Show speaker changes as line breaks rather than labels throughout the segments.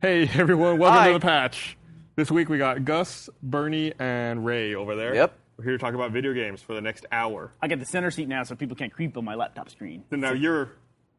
Hey everyone, welcome
Hi.
to the patch. This week we got Gus, Bernie, and Ray over there.
Yep.
We're here to talk about video games for the next hour.
I get the center seat now, so people can't creep on my laptop screen.
And now you're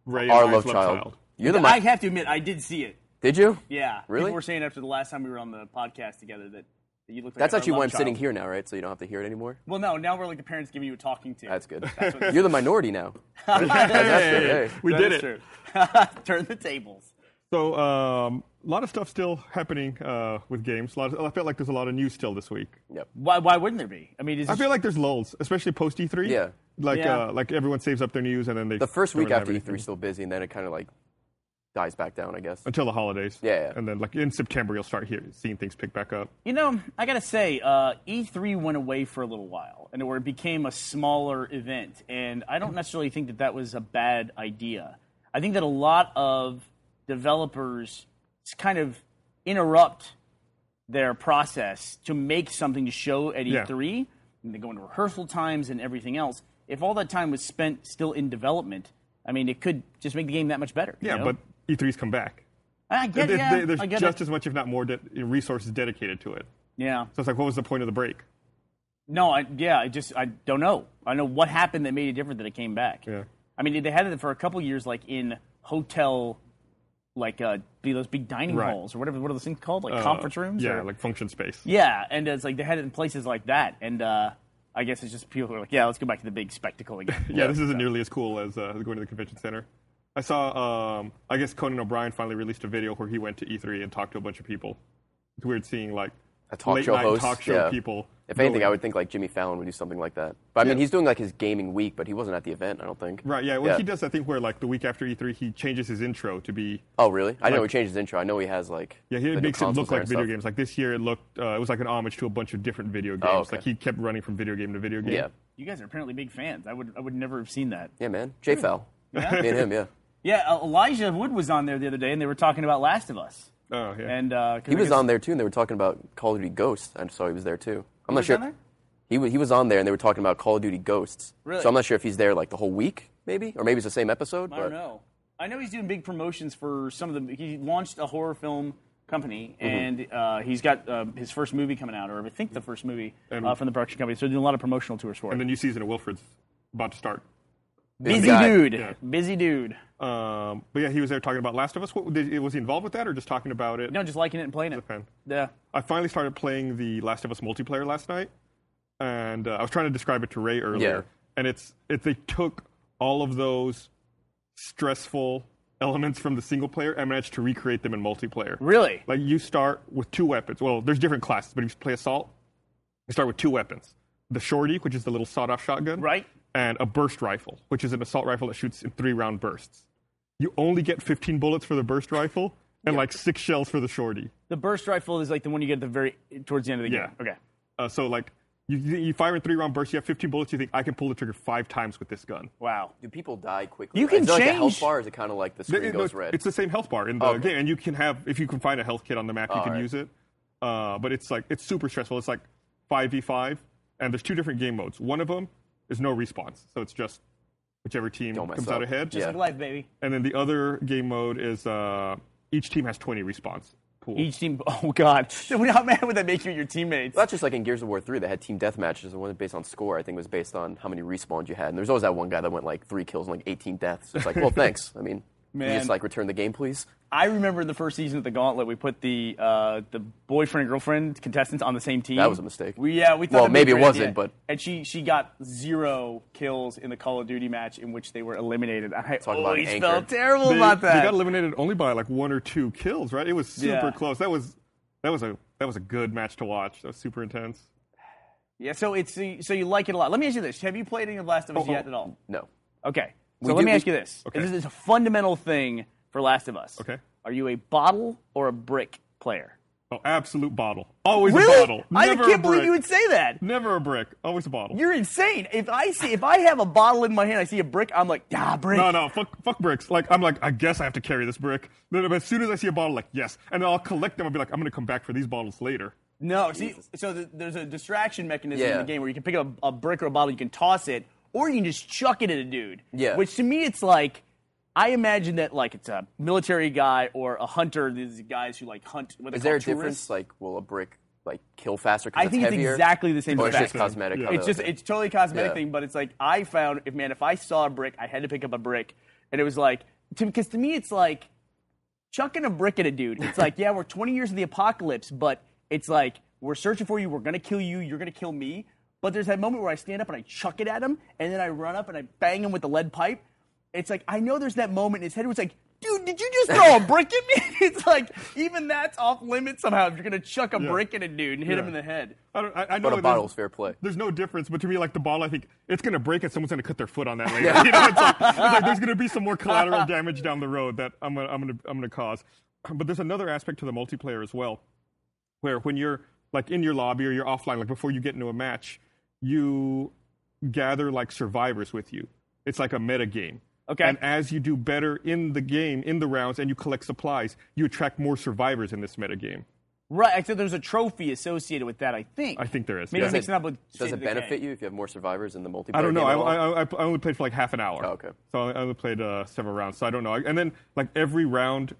Ray.
Our
and Ryan's
love
love
child. You're the
I
mic.
have to admit, I did see it.
Did you?
Yeah,
Really?
People were saying after the last time we were on the podcast together that, that you looked like
That's
our
actually why
love
I'm
child.
sitting here now, right? So you don't have to hear it anymore.
Well, no, now we're like the parents giving you a talking to.
That's good.
what-
You're the minority now.
Hey,
Hey.
we
That
did
is
it.
true. Turn the tables.
So um, a lot of stuff still happening uh, with games. A lot of, I feel like there's a lot of news still this week.
Yep.
Why? Why wouldn't there be? I mean, is
I
this-
feel like there's lulls, especially post E3.
Yeah.
Like
Yeah.
Uh, like everyone saves up their news and then they
The first
don't
week
have
after E E3
anything.
is still busy, and then it kind of like dies back down, I guess.
until the holidays.
Yeah, yeah.
And then like in September you'll start hear, seeing things pick back up.
you know, I gotta say, uh, E3 went away for a little while, and where it became a smaller event, and I don't necessarily think that that was a bad idea. I think that a lot of developers s- kind of interrupt their process to make something to show at
Yeah.
E3, and they go into rehearsal times and everything else. If all that time was spent still in development, I mean, it could just make the game that much better. you
Yeah,
know?
but E3's come back.
I get,
There-
yeah,
there- there's
I get
just
it.
as much, if not more, de- resources dedicated to it.
yeah.
So it's like, what was the point of the break?
No, I, yeah, I just I don't know. I don't know what happened that made it different that it came back.
Yeah.
I mean, they had it for a couple years, like in hotel, like uh, be those big dining
Right.
halls or whatever. What are those things called? Like
Uh,
conference rooms?
Yeah,
or-
like function space.
yeah. And it's like they had it in places like that, and uh, I guess it's just people who are like, yeah, let's go back to the big spectacle again.
Yeah, this isn't nearly as cool as uh, going to the convention center. I saw, um, I guess Conan O'Brien finally released a video where he went to E3 and talked to a bunch of people. It's weird seeing like
A talk
late
show
night
host.
talk show
yeah.
people.
If anything,
going.
I would think like Jimmy Fallon would do something like that. But I mean,
Yeah.
he's doing like his gaming week, but he wasn't at the event, I don't think.
Right, yeah. Well, he does that thing where like the week after E3, he changes his intro to be.
Oh, really? I know he
Like-
changed his intro. I know he has like.
Yeah, he
the new
makes it
consoles
look
there
like
and
video
stuff. Oh,
games. Like this year, it looked uh, it was like an homage to a bunch of different video games.
okay.
Like he kept running from video game to video game.
Yeah.
You guys are apparently big fans. I would I would never have seen that.
Yeah, man. J Fal.
Yeah?
Me and him, yeah.
Yeah, uh, Elijah Wood was on there the other day, and they were talking about Last of Us.
Oh yeah.
And uh, 'cause
He
I
was
guess-
on there too, and they were talking about Call of Duty Ghosts. I saw he was there too. I'm not
was
sure.
on there?
He was he was on there, and they were talking about Call of Duty Ghosts.
Really?
So I'm not sure if he's there like the whole week, maybe, or maybe it's the same episode.
I
but
don't know. I know he's doing big promotions for some of the. He launched a horror film company,
Mm-hmm.
and uh, he's got uh, his first movie coming out, or I think the first movie uh, from the production company. So they're doing a lot of promotional tours for
And the
it.
new season of Wilfred's about to start.
Busy
Busy
guy.
dude.
Yeah.
Busy dude.
Um, but yeah, he was there talking about Last of Us. What, did, was he involved with that or just talking about it?
No, just liking it and playing it.
fan.
Yeah.
I finally started playing the Last of Us multiplayer last night, and uh, I was trying to describe it to Ray earlier.
Yeah.
And it's it, they took all of those stressful elements from the single player and managed to recreate them in multiplayer.
Really?
Like you start with two weapons. Well, there's different classes, but if you play assault, you start with two weapons: the shorty, which is the little sawed-off shotgun,
Right.
and a burst rifle, which is an assault rifle that shoots in three-round bursts. You only get 15 bullets for the burst rifle and like six shells for the shorty.
The burst rifle is like the one you get at the very towards the end of the
Yeah.
game. Okay.
Uh, so like you, you fire in three round bursts, you have 15 bullets. You think I can pull the trigger five times with this gun?
Wow.
Do people die quickly?
You can
is it Like a
change-
health bar is it kind of like the screen
It- it-
goes
no,
red? Oh,
It's the same health bar in the
Okay.
game, and you can have if you can find a health kit on the map, you can
Alright.
use it. Uh, but it's like it's super stressful. It's like 5v5, and there's two different game modes. One of them is no response, so it's just whichever team
Don't mess
comes
up.
out ahead.
Just Yeah.
Good life, baby.
And then the other game mode is uh, each team has 20 response pool.
Each team. Oh God. How mad would that make you? and Your teammates.
Well, that's just like in Gears of War 3, they had team deathmatches. and one based on score, I think, was based on how many respawns you had. And there was always that one guy that went like three kills and like 18 deaths. It's like, well, thanks. I mean, can you
Man.
just like return the game, please.
I remember the first season of the Gauntlet. We put the uh, the boyfriend and girlfriend contestants on the same team.
That was a mistake.
We, yeah, we thought.
Well,
that'd be a
maybe it
great
wasn't,
idea.
but-
and she she got zero kills in the Call of Duty match in which they were eliminated. I
Talk about
always
anchored.
felt terrible
they,
about
They
that.
got eliminated only by like one or two kills, right? It was super
Yeah.
close. That was that was a that was a good match to watch. That was super intense.
yeah, so it's so you like it a lot. Let me ask you this: Have you played any of Last of Us
Oh,
yet
oh.
at all?
No.
Okay. So
We
let
do-
me
we-
ask you this:
Okay.
This is a fundamental thing for Last of Us.
Okay.
Are you a bottle or a brick player?
Oh, absolute bottle. Always
really?
a bottle.
I
Never a
can't believe
brick.
you would say that.
Never a brick. Always a bottle.
You're insane. If I see, if I have a bottle in my hand, I see a brick. I'm like, ah, brick.
no, no, fuck, fuck bricks. Like I'm like, I guess I have to carry this brick. Then as soon as I see a bottle, like yes, and then I'll collect them. I'll be like, I'm gonna come back for these bottles later.
No, see, so th there's a distraction mechanism in
Yeah.
the game where you can pick up a, brick or a bottle, you can toss it, or you can just chuck it at a dude.
Yeah.
Which to me, it's like, I imagine that like it's a military guy or a hunter. These guys who like hunt. What they
Is there a
call
difference?
tourists.
Like, will a brick like kill faster?
I
Cause
think
it's
it's
heavier?
exactly the same
Or it's
effect.
just cosmetic.
Yeah.
how
It's
the-
just it's totally a cosmetic
Yeah.
thing, but it's like I found if man if I saw a brick, I had to pick up a brick, and it was like to because to me it's like chucking a brick at a dude. It's like yeah, we're 20 years of the apocalypse, but it's like we're searching for you. We're gonna kill you. You're gonna kill me. But there's that moment where I stand up and I chuck it at him, and then I run up and I bang him with the lead pipe. It's like I know there's that moment in his head where it's like. Dude, did you just throw a brick at me? It's like even that's off limits somehow. If you're gonna chuck a
Yeah.
brick at a dude and hit him
Yeah.
in the head,
I don't. I, I know
but a
there's-
bottle's fair play.
There's no difference, but to me, like the bottle, I think it's gonna break and someone's gonna cut their foot on that later. you know, it's like, it's like there's gonna be some more collateral damage down the road that I'm gonna, I'm gonna, I'm gonna cause. But there's another aspect to the multiplayer as well, where when you're like in your lobby or you're offline, like before you get into a match, you gather like survivors with you. It's like a meta game.
Okay.
And as you do better in the game, in the rounds, and you collect supplies, you attract more survivors in this meta game.
Right, except there's a trophy associated with that, I think.
I think there is,
Maybe
yeah.
I'm mixing up with
Does
State of
it
the
benefit
Game.
you if you have more survivors in the multiplayer?
I don't know.
game
Oh, I,
at all?
I, I I only played for like half an hour.
Oh, okay.
So I I only played uh, several rounds. So I don't know. And then like every round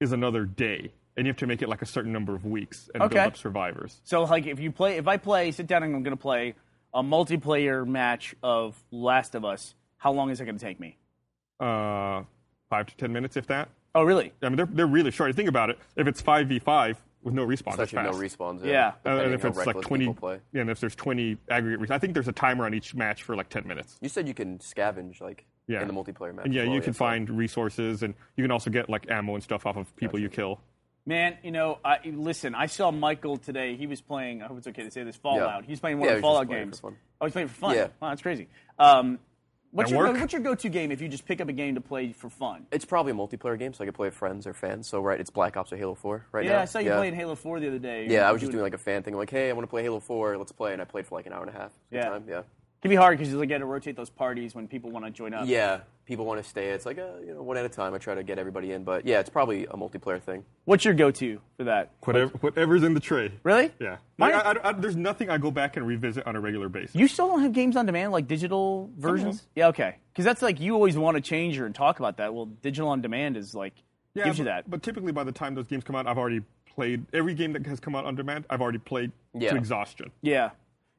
is another day, and you have to make it like a certain number of weeks and
Okay.
build up survivors.
So like if you play if I play sit down and I'm gonna play a multiplayer match of Last of Us, how long is it gonna take me?
Uh, five to ten minutes, if that.
Oh really?
I mean, they're they're really short. Think about it. If it's five v five with no respawn, that's
Especially no
fast.
respawns.
Yeah.
Uh,
depending
and if
how
it's like
reckless
twenty,
people play.
yeah, and if there's twenty aggregate, res- I think there's a timer on each match for like ten minutes.
You said you can scavenge like
Yeah.
in the multiplayer map.
And yeah,
as well,
you can
so-
find resources, and you can also get like ammo and stuff off of people you kill.
Man, you know, I, listen, I saw Michael today. He was playing, I hope it's okay to say this, Fallout. He was playing one
Yeah,
of the
he was just
Fallout
playing
games.
for fun.
Oh, he's playing for fun?
Yeah.
Wow, that's crazy. Um, what's,
At
your,
work?
what's your go-to game if you just pick up a game to play for fun?
It's probably a multiplayer game, so I could play with friends or fans. So right, it's Black Ops or Halo 4 right
Yeah,
now.
I saw you playing Halo 4 the other day.
Yeah, I was just doing like a fan thing. like, hey, I want to play Halo 4. Let's play. And I played for like an hour and a half. It's a good
Yeah.
Time. Yeah.
It can be hard because you like, got to rotate those parties when people want to join up.
Yeah. People want to stay. It's like, uh, you know, one at a time. I try to get everybody in, but yeah, it's probably a multiplayer thing.
What's your go-to for that?
Whatever, whatever's in the tray.
Really?
Yeah.
Mine-
Like, I- I- I- there's nothing I go back and revisit on a regular basis.
You still don't have games on demand, like digital versions?
them.
Yeah, okay. Because that's like you always want to change or and talk about that. Well, digital on demand is like
yeah,
gives
but,
you that.
But typically, by the time those games come out, I've already played every game that has come out on demand. I've already played
Yeah.
to exhaustion.
yeah,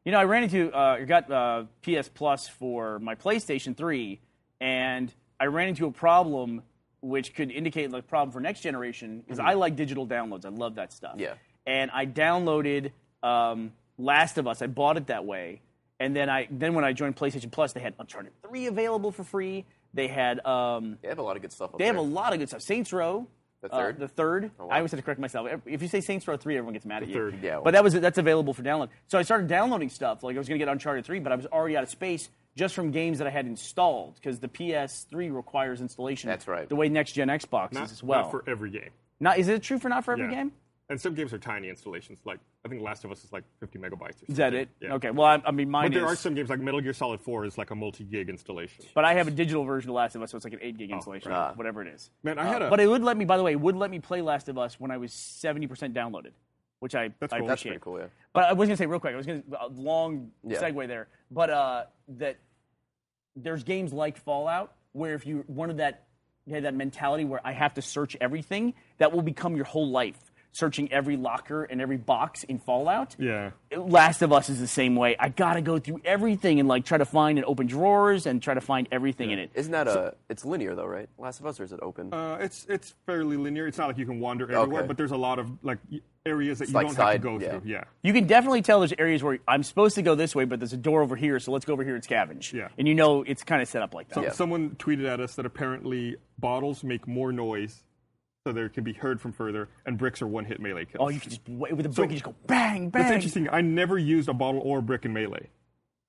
you know, I ran into uh, I got uh, PS Plus for my PlayStation Three, and I ran into a problem which could indicate like problem for next generation because I like digital downloads. I love that stuff.
Yeah.
and I downloaded um, Last of Us. I bought it that way, and then I then when I joined PlayStation Plus, they had Uncharted Three available for free. They had um,
They have a lot of good stuff. Up
They have a
there.
lot of good stuff. Saints Row.
The
uh,
third? Oh,
the third.
wow.
I always have to correct myself. If you say Saints Row three, everyone gets mad at you.
third,
yeah,
But that was that's available for download. So I started downloading stuff. Like I was going to get Uncharted three, but I was already out of space just from games that I had installed because the PS3 requires installation.
That's right.
The way next gen Xbox
Not,
is as well.
not for every game.
Not- is it true for not for every
Yeah.
game?
And some games are tiny installations. Like I think Last of Us is like 50 megabytes. Or
Is that
something.
it?
Yeah.
Okay. Well, I, I mean, mine
But there
is. Uh,
are some games like Metal Gear Solid 4 is like a multi-gig installation.
but I have a digital version of Last of Us, so it's like an eight gig installation,
right. Ah.
whatever it is.
Man, I had a
But it would let me. By the way, it would let me play Last of Us when I was seventy percent downloaded, which I
That's
I
cool.
That's
appreciate.
pretty cool. Yeah.
But I was gonna say real quick. I was gonna a long
Yeah.
segue there. But uh, that there's games like Fallout where if you one of that you had that mentality where I have to search everything, that will become your whole life. Searching every locker and every box in Fallout.
yeah.
Last of Us is the same way. I gotta go through everything and like try to find and open drawers and try to find everything in it.
Isn't that a? It's linear though, right? Last of Us or is it open?
Uh, it's it's fairly linear. It's not like you can wander everywhere,
Okay.
but there's a lot of like y- areas that you
like
don't
side-
have to go
yeah.
through. Yeah.
you can definitely tell there's areas where I'm supposed to go this way, but there's a door over here, so let's go over here and scavenge.
Yeah.
And you know it's kind of set up like that.
So, Someone tweeted at us that apparently bottles make more noise, so they can be heard from further, and bricks are one-hit melee kills.
Oh, you can just wa- with a brick, you just go bang, bang.
That's interesting. I never used a bottle or a brick in melee.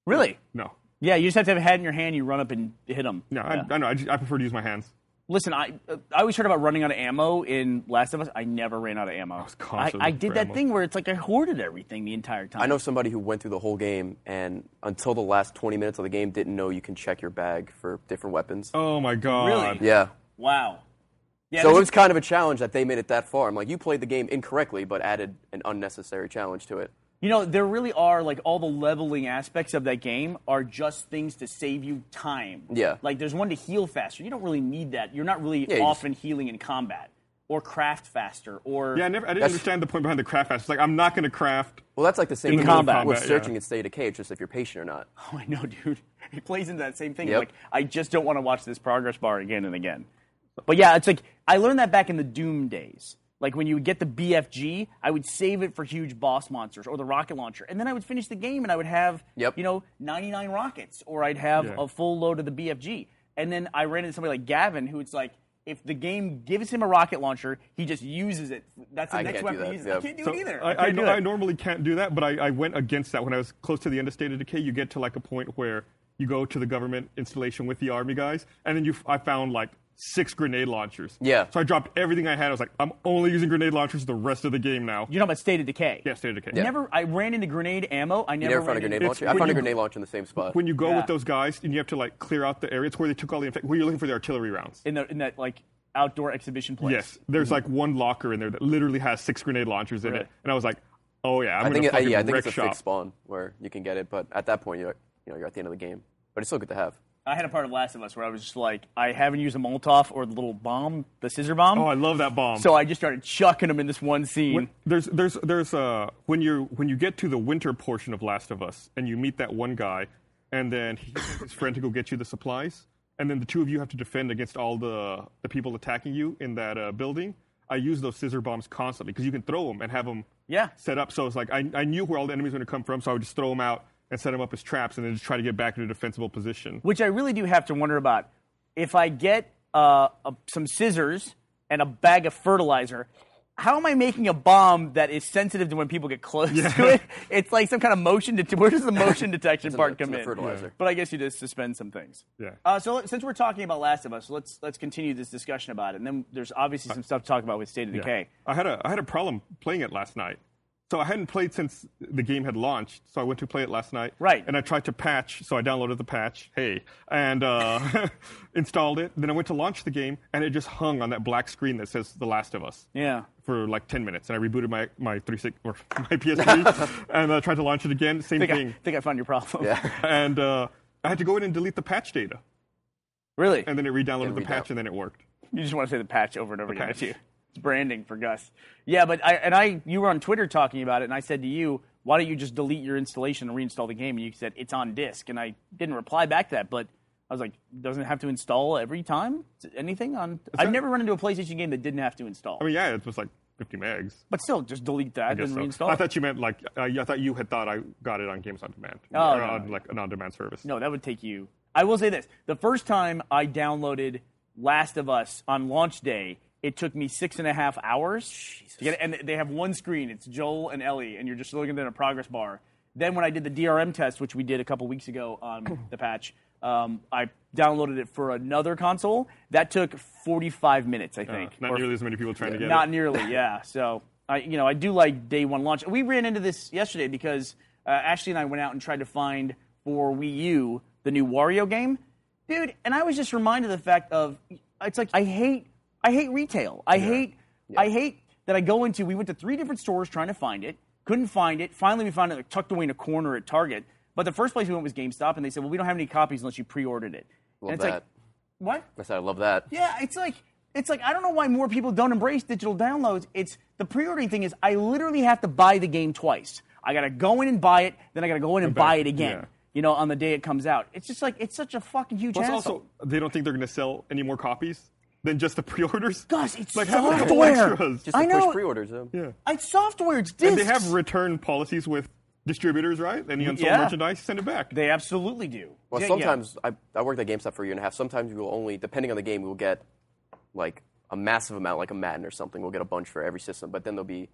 Really?
No,
Yeah, you just have to have a hat in your hand. You run up and hit them.
no, I, I know. I, just, I prefer to use my hands.
Listen, I uh, I always heard about running out of ammo in Last of Us. I never ran out of ammo. I
was constantly
I,
looking
did
for
that
ammo.
thing where it's like I hoarded everything the entire time.
I know somebody who went through the whole game and until the last 20 minutes of the game didn't know you can check your bag for different weapons.
Oh my god!
Really?
Yeah.
Wow. Yeah.
So it
this-
was kind of a challenge that they made it that far. I'm like, you played the game incorrectly, but added an unnecessary challenge to it.
You know, there really are like all the leveling aspects of that game are just things to save you time.
Yeah.
Like there's one to heal faster. You don't really need that. You're not really
Yeah, you
often healing in combat or craft faster or
Yeah, I never. I didn't
That's-
understand the point behind the craft fast. It's like I'm not going to craft.
Well, that's like the same
In
thing
combat.
with
Combat,
searching
yeah.
and state of cage, just if you're patient or not.
Oh, I know, dude. It plays into that same thing.
Yep.
Like, I just don't want to watch this progress bar again and again. But yeah, it's like I learned that back in the Doom days. Like when you would get the BFG, I would save it for huge boss monsters or the rocket launcher, and then I would finish the game and I would have,
Yep.
you know, 99 rockets, or I'd have
Yeah.
a full load of the BFG. And then I ran into somebody like Gavin, who it's like, if the game gives him a rocket launcher, he just uses it. That's the
I
next
can't do
weapon he
that,
uses. I
yeah.
can't do
So
it either.
I, I,
can't do
know-
that.
I normally can't do that, but I, I went against that when I was close to the end of State of Decay. You get to like a point where you go to the government installation with the army guys, and then you f- I found like six grenade launchers.
Yeah.
So I dropped everything I had. I was like, I'm only using grenade launchers the rest of the game now.
You're talking about State of Decay.
Yeah, State of Decay.
Never. I ran into grenade ammo. I
You
never,
never
ran
found a grenade
into,
it's-
launcher? I
when
found a
you-
grenade launcher in the same spot.
When you go
Yeah.
with those guys and you have to like clear out the area, it's where they took all the infect. Where you're looking for the artillery rounds.
in, the, in that like outdoor exhibition place.
Yes, there's
Mm-hmm.
like one locker in there that literally has six grenade launchers in
Really?
it, and I was like, "Oh yeah, I'm
I
gonna
think, it, I-
fucking
yeah, I think
wreck
it's a
shop."
fixed spawn where you can get it, but at that point, you're, you know, you're at the end of the game. But it's still good to have.
I had a part of Last of Us where I was just like, I haven't used a Molotov or the little bomb, the scissor bomb.
Oh, I love that bomb.
so I just started chucking them in this one scene.
When- there's there's there's uh when you when you get to the winter portion of Last of Us and you meet that one guy, and then he takes his friend to go get you the supplies, and then the two of you have to defend against all the the people attacking you in that uh, building. I use those scissor bombs constantly because you can throw them and have them
Yeah.
set up. So it's like I, I knew where all the enemies were going to come from, so I would just throw them out and set them up as traps, and then just try to get back into a defensible position.
Which I really do have to wonder about. If I get uh, a, some scissors and a bag of fertilizer. How am I making a bomb that is sensitive to when people get close to it? It's like some kind of motion. Det- where does the motion detection
It's in
part
the- it's
come
in the
in?
fertilizer.
But I guess you just suspend some things.
Yeah.
Uh, so let, since we're talking about Last of Us, let's let's continue this discussion about it. And then there's obviously some stuff to talk about with State of
Yeah.
Decay.
I had a I had a problem playing it last night. So I hadn't played since the game had launched. So I went to play it last night.
Right.
And I tried to patch. So I downloaded the patch. Hey, and uh, installed it. Then I went to launch the game, and it just hung on that black screen that says The Last of Us
Yeah.
for like 10 minutes. And I rebooted my my 36 or my PS3 and I tried to launch it again. Same
I think,
thing.
I, think I found your problem.
And uh, I had to go in and delete the patch data,
Really?
and then it re-downloaded the
redownload.
patch, and then it worked.
You just want to say the patch over and over again.
patch.
It's you. It's branding for Gus. Yeah, but I and I you were on Twitter talking about it, and I said to you, why don't you just delete your installation and reinstall the game? And you said it's on disk, and I didn't reply back to that, but I was like, doesn't it have to install every time? Anything on? I've
that-
never run into a PlayStation game that didn't have to install.
I mean, yeah, it was like 50 megs.
but still, just delete that and
guess so.
reinstall.
I
it.
thought you meant like I, I thought you had thought I got it on Games on Demand
Oh,
or
no,
on
no.
like an on-demand service. Uh,
No, that would take you. I will say this: the first time I downloaded Last of Us on launch day, it took me six and a half hours. To get it, and they have one screen. It's Joel and Ellie, and you're just looking at a progress bar. Then when I did the DRM test, which we did a couple weeks ago on the patch, um, I downloaded it for another console. That took 45 minutes, I think.
not
or
nearly as many people trying to get
not
it.
nearly, yeah. So I, you know, I do like day one launch. We ran into this yesterday because uh, Ashley and I went out and tried to find for Wii U the new Wario game, dude. And I was just reminded of the fact of it's like I hate, I hate retail. I hate, I hate that I go into. We went to three different stores trying to find it, couldn't find it. Finally, we found it like, tucked away in a corner at Target. But the first place we went was GameStop, and they said, "Well, we don't have any copies unless you pre-ordered it."
Love
and it's
that.
like, what?
I said I love that.
Yeah, it's like it's like I don't know why more people don't embrace digital downloads. It's the pre-ordering thing is I literally have to buy the game twice. I gotta go in and buy it, then I gotta go in and
back,
buy it again.
yeah.
You know, on the day it comes out. It's just like it's such a fucking huge
Plus,
hassle.
also they don't think they're going to sell any more copies than just the pre-orders.
Gus, it's
like have a couple
software.
extras.
Just to
I know-
push pre-orders. Though.
yeah.
it's software. It's discs.
And they have return policies with distributors, right? Any unsold
Yeah.
merchandise, send it back.
They absolutely do.
Well,
Yeah, yeah.
sometimes I, I worked at GameStop for a year and a half. Sometimes we will only, depending on the game, we will get like a massive amount, like a Madden or something. We'll get a bunch for every system, but then there'll be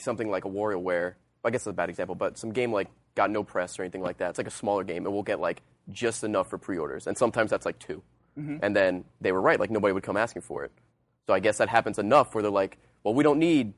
something like a WarioWare. I guess that's a bad example, but some game like got no press or anything like that. It's like a smaller game, and we'll get like just enough for pre-orders, and sometimes that's like 2
Mm-hmm.
And then they were right; like nobody would come asking for it. So I guess that happens enough where they're like, "Well, we don't need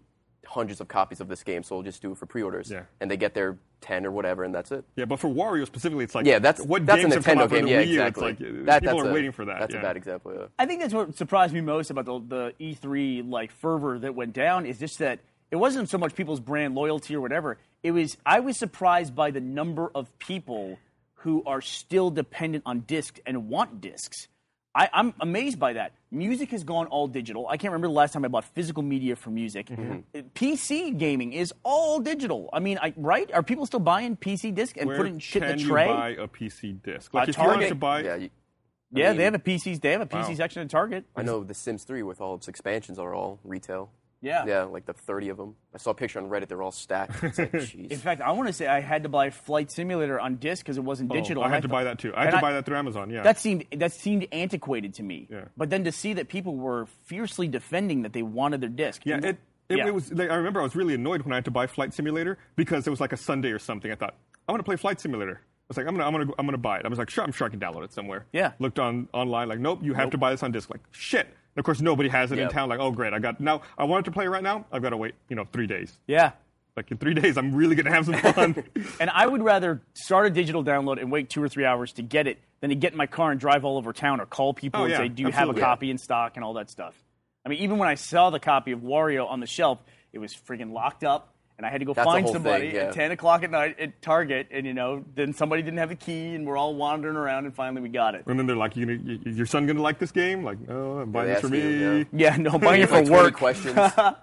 hundreds of copies of this game, so we'll just do it for pre-orders."
Yeah.
And they get their ten or whatever, and that's it.
Yeah, but for Wario specifically, it's like
Yeah, that's
what
that's
games
a
have come
Nintendo
out for
game.
the
Yeah,
Wii U.
exactly.
It's like uh,
That-
people
that's
are
a-
waiting for that.
That's
yeah.
a bad example. Yeah.
E I think that's what surprised me most about the, the E3 like fervor that went down is just that it wasn't so much people's brand loyalty or whatever. It was I was surprised by the number of people who are still dependent on discs and want discs. I, I'm amazed by that. Music has gone all digital. I can't remember the last time I bought physical media for music.
Mm-hmm.
Uh, PC gaming is all digital. I mean, I, right? Are people still buying PC disc and
Where
putting shit
can
in the
you
tray?
buy a PC disc? Like if you
Target.
wanted to buy,
yeah, you,
yeah,
mean-
they have a PC. They have a PC section at Target.
I know The Sims 3 with all its expansions are all retail.
Yeah.
Yeah, like the 30 of them. I saw a picture on Reddit. They're all stacked. It's like, jeez.
In fact, I want to say I had to buy Flight Simulator on disc because it wasn't digital.
Oh, I
and
had to
thought-
buy that too. I had to
and
buy that through Amazon. Yeah,
That seemed that seemed antiquated to me.
Yeah.
But then to see that people were fiercely defending that they wanted their disc.
Yeah,
And-
it, it,
yeah.
it was. Like, I remember I was really annoyed when I had to buy Flight Simulator because it was like a Sunday or something. I thought I want to play Flight Simulator. I was like, I'm gonna, I'm gonna, I'm gonna buy it. I was like, sure, I'm sure I can download it somewhere.
Yeah.
Looked on online, like, nope, you have to buy this on disc. Like, shit. And of course, nobody has it
Yeah.
in town. Like, oh great, I got now. I wanted to play it right now. I've got to wait, you know, three days.
Yeah.
Like in three days, I'm really gonna have some fun.
And I would rather start a digital download and wait two or three hours to get it than to get in my car and drive all over town or call people
Oh,
and
yeah,
say, "Do you
absolutely.
have a copy in stock?" and all that stuff. I mean, even when I saw the copy of Wario on the shelf, it was freaking locked up, and I had to go
That's a
find
whole
somebody
thing, yeah.
at ten o'clock at night at Target, and you know, then somebody didn't have a key, and we're all wandering around, and finally we got it.
and then they're like, you, gonna- y- your son gonna like this game? Like, no, I'm buying
they
this for
ask
me.
you, yeah.
Yeah, no, I'm buying it for
like 20
work.
questions. it's like,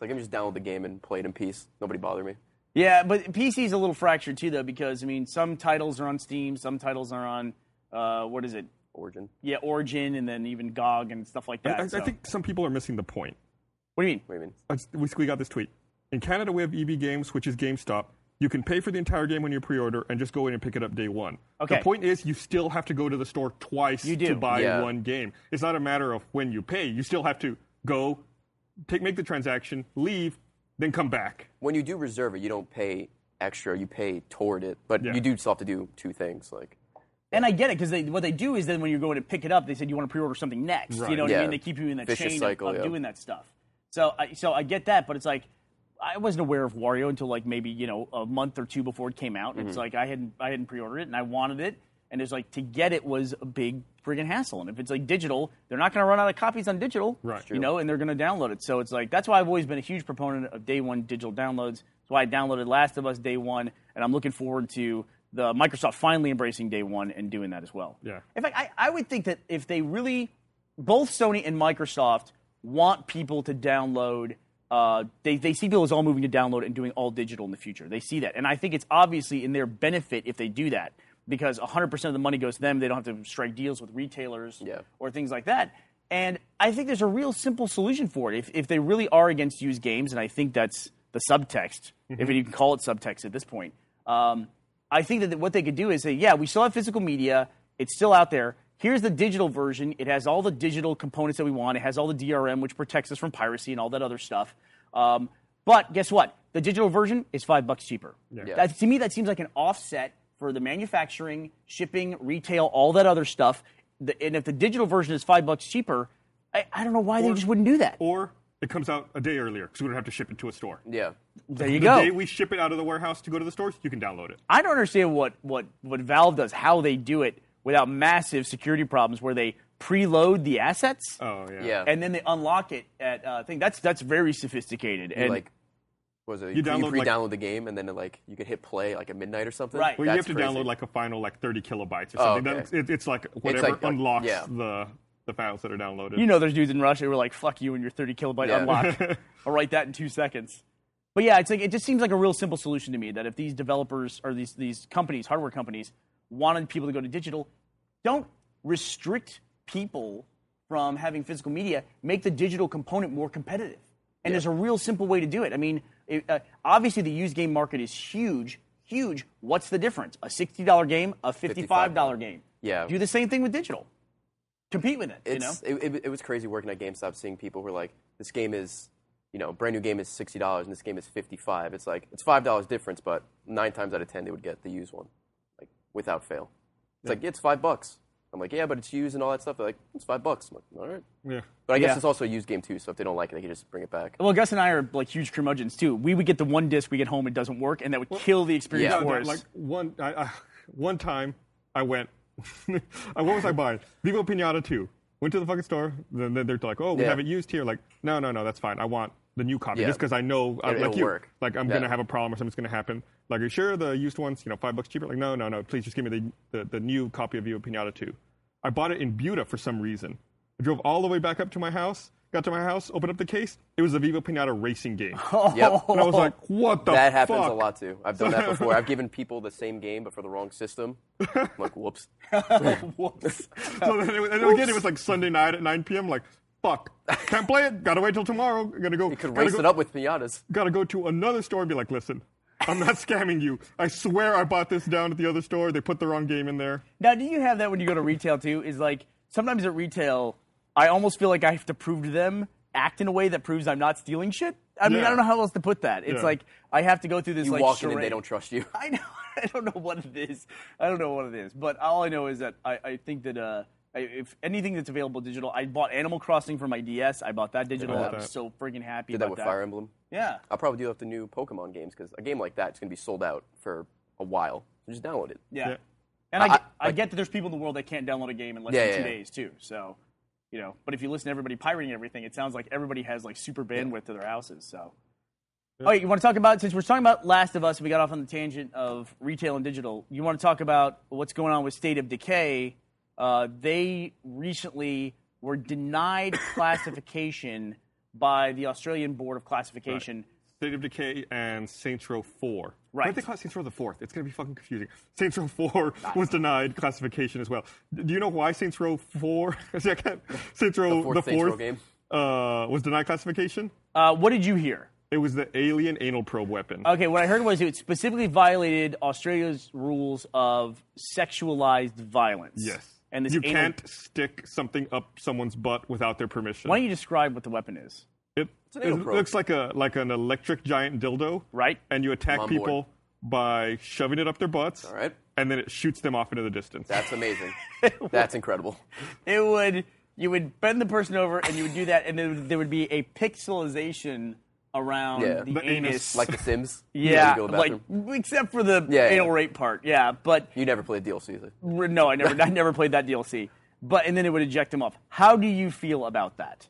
let me just download the game and play it in peace. Nobody bother me.
Yeah, but PC's a little fractured too, though, because I mean, some titles are on Steam, some titles are on uh, what is it?
Origin.
Yeah, Origin, and then even GOG and stuff like that.
I, I
so-
think some people are missing the point.
What do you mean?
What do you mean?
I just- we, we got this tweet. In Canada, we have EB Games, which is GameStop. You can pay for the entire game when you pre-order and just go in and pick it up day one.
Okay.
The point is, you still have to go to the store twice
You do.
to buy
Yeah.
one game. It's not a matter of when you pay. You still have to go, take, make the transaction, leave, then come back.
When you do reserve it, you don't pay extra. You pay toward it. But
Yeah.
you do still have to do two things. Like,
And I get it because they, what they do is then when you're going to pick it up, they said you want to pre-order something next. You
Right.
know what I
Yeah.
mean? They keep you in that
Vicious
chain of-
cycle,
of,
yeah.
doing that stuff. So I, so I get that, but it's like I wasn't aware of Wario until like maybe you know a month or two before it came out. And
Mm-hmm.
It's like I hadn't I hadn't pre-ordered it and I wanted it, and it's like to get it was a big friggin' hassle. And if it's like digital, they're not going to run out of copies on digital,
Right.
You know, and they're going to download it. So it's like that's why I've always been a huge proponent of day one digital downloads. That's why I downloaded Last of Us day one, and I'm looking forward to the Microsoft finally embracing day one and doing that as well.
Yeah.
In fact, I, I would think that if they really, both Sony and Microsoft want people to download, uh, they, they see people as all moving to download and doing all digital in the future. They see that. And I think it's obviously in their benefit if they do that because 100% of the money goes to them. They don't have to strike deals with retailers
Yeah.
or things like that. And I think there's a real simple solution for it. If, if they really are against used games, and I think that's the subtext, if you can call it subtext at this point, um, I think that what they could do is say, yeah, we still have physical media, it's still out there. Here's the digital version. It has all the digital components that we want, it has all the DRM, which protects us from piracy and all that other stuff. Um, but guess what? The digital version is five bucks cheaper.
Yeah.
That- to me, that seems like an offset for the manufacturing, shipping, retail, all that other stuff. The, and if the digital version is five bucks cheaper, I, I don't know why they just wouldn't do that.
Or it comes out a day earlier because we don't have to ship it to a store.
yeah.
there you
the
go.
day we ship it out of the warehouse to go to the stores, you can download it.
I don't understand what, what, what Valve does, how they do it without massive security problems where they preload the assets
Oh yeah.
Yeah.
and then they unlock it at uh, thing. That's that's very sophisticated. And
like, what was it? You,
download, like-
pre download the game and then, like, you can hit play, like, at midnight or something.
Right. Well,
Well,
That's
you have to
crazy.
download like a final like 30 kilobytes or something.
Oh,
That's-
okay.
it- it's like whatever
like- like-
unlocks
yeah.
the the files that are downloaded.
you know there's dudes in Russia who are like, fuck you and your 30 kilobyte
Yeah.
unlock. I'll write that in two seconds. But yeah, it's like it just seems like a real simple solution to me that if these developers or these these companies, hardware companies, wanted people to go to digital, don't restrict people from having physical media. Make the digital component more competitive. And there's a real simple way to do it. I mean, it, uh, obviously the used game market is huge, huge. What's the difference? A $60 game, a $55 game.
Yeah.
Do the same thing with digital. Compete with it. you know.
it's, it, it, it was crazy working at GameStop, seeing people who are like, this game is, you know, brand new game is sixty dollars and this game is fifty five. It's like it's five dollars difference, but nine times out of ten they would get the used one, like without fail. It's like it's five bucks. I'm like, yeah, but it's used and all that stuff. They're like, it's five bucks. I'm like, all right.
Yeah.
But I guess
Yeah.
it's also a used game too, so if they don't like it, they can just bring it back.
Well, Gus and I are like huge curmudgeons too. We would get the one disc we get home, it doesn't work, and that would kill the experience
yeah.
No,
for
no,
us.
like one I, I, one time I went. I- what was I buying? Vivo Pinata 2. Went to the fucking store. Then, then they're like, oh, we
Yeah.
have it used here. Like, no, no, no, that's fine. I want the new copy
Yeah.
just because I know I,
It-
like
it'll
you
work.
like I'm
Yeah.
gonna have a problem or something's gonna happen. Like are you sure the used one's you know five bucks cheaper? Like no no no please just give me the the, the new copy of Viva Pinata two. I bought it in Buta for some reason. I drove all the way back up to my house. Got to my house, opened up the case. It was a Viva Pinata racing game,
Yep.
and I was like, "What the
that happens a
fuck?
lot too. I've done that before. I've given people the same game but for the wrong system. I'm like, whoops.
Whoops.
so then it, was- and again, it was like Sunday night at 9 p.m. Like, fuck, can't play it. Gotta wait till tomorrow. Gotta go.
You could
gotta
race
go,
it up with pinatas.
Gotta go to another store and be like, listen, I'm not scamming you. I swear I bought this down at the other store. They put the wrong game in there.
Now, do you have that when you go to retail too? Is like sometimes at retail, I almost feel like I have to prove to them, act in a way that proves I'm not stealing shit. I mean,
Yeah.
I don't know how else to put that. It's
Yeah.
like I have to go through this.
You
like,
walk in and they
charade.
don't trust you.
I know. I don't know what it is. I don't know what it is. But all I know is that I, I think that uh, I, if anything that's available digital, I bought Animal Crossing for my DS. I bought that digital.
bought
I was
that.
so freaking happy
Did
about
that with Fire Emblem.
Yeah.
I'll probably do that with the new Pokemon games because a game like that is going to be sold out for a while. So just download it.
Yeah.
Yeah.
And I,
I-
get-
I-
I get that there's people in the world that can't download a game in less
Yeah,
than two
yeah, yeah.
days too. So, you know, but if you listen to everybody pirating everything, it sounds like everybody has like super bandwidth to their houses. So. Oh, you want to talk about since we're talking about Last of Us, we got off on the tangent of retail and digital. You want to talk about what's going on with State of Decay? Uh, they recently were denied classification by the Australian Board of Classification.
State of Decay and Saints Row 4.
Right.
Why do they call it Saints Row the 4th? It's going to be fucking confusing. Saints Row 4 was denied classification as well. D- Do you know why Saints Row 4? See, I can't- Saints Row the 4th,
fourth Saints Row game.
Uh, was denied classification?
Uh, what did you hear?
It was the alien anal probe weapon.
Okay, what I heard was it specifically violated Australia's rules of sexualized violence.
Yes.
And this
you
anal-
can't stick something up someone's butt without their permission.
Why don't you describe what the weapon is?
it
an anal
it
probe.
looks like a like an electric giant dildo.
Right.
And you attack
I'm on
people by shoving it up their butts.
All right.
And then it shoots them off into the distance.
That's amazing. That's incredible.
It would you would bend the person over and you would do that, and there would, there would be a pixelization around
Yeah.
the,
The
anus.
anus.
Like The Sims.
yeah,
You, go to the
like
bathroom.
except for the
Yeah, yeah.
anal rape part. Yeah, but
you never played DLC. either.
no, I never I never played that DLC. But and then it would eject him off. How do you feel about that?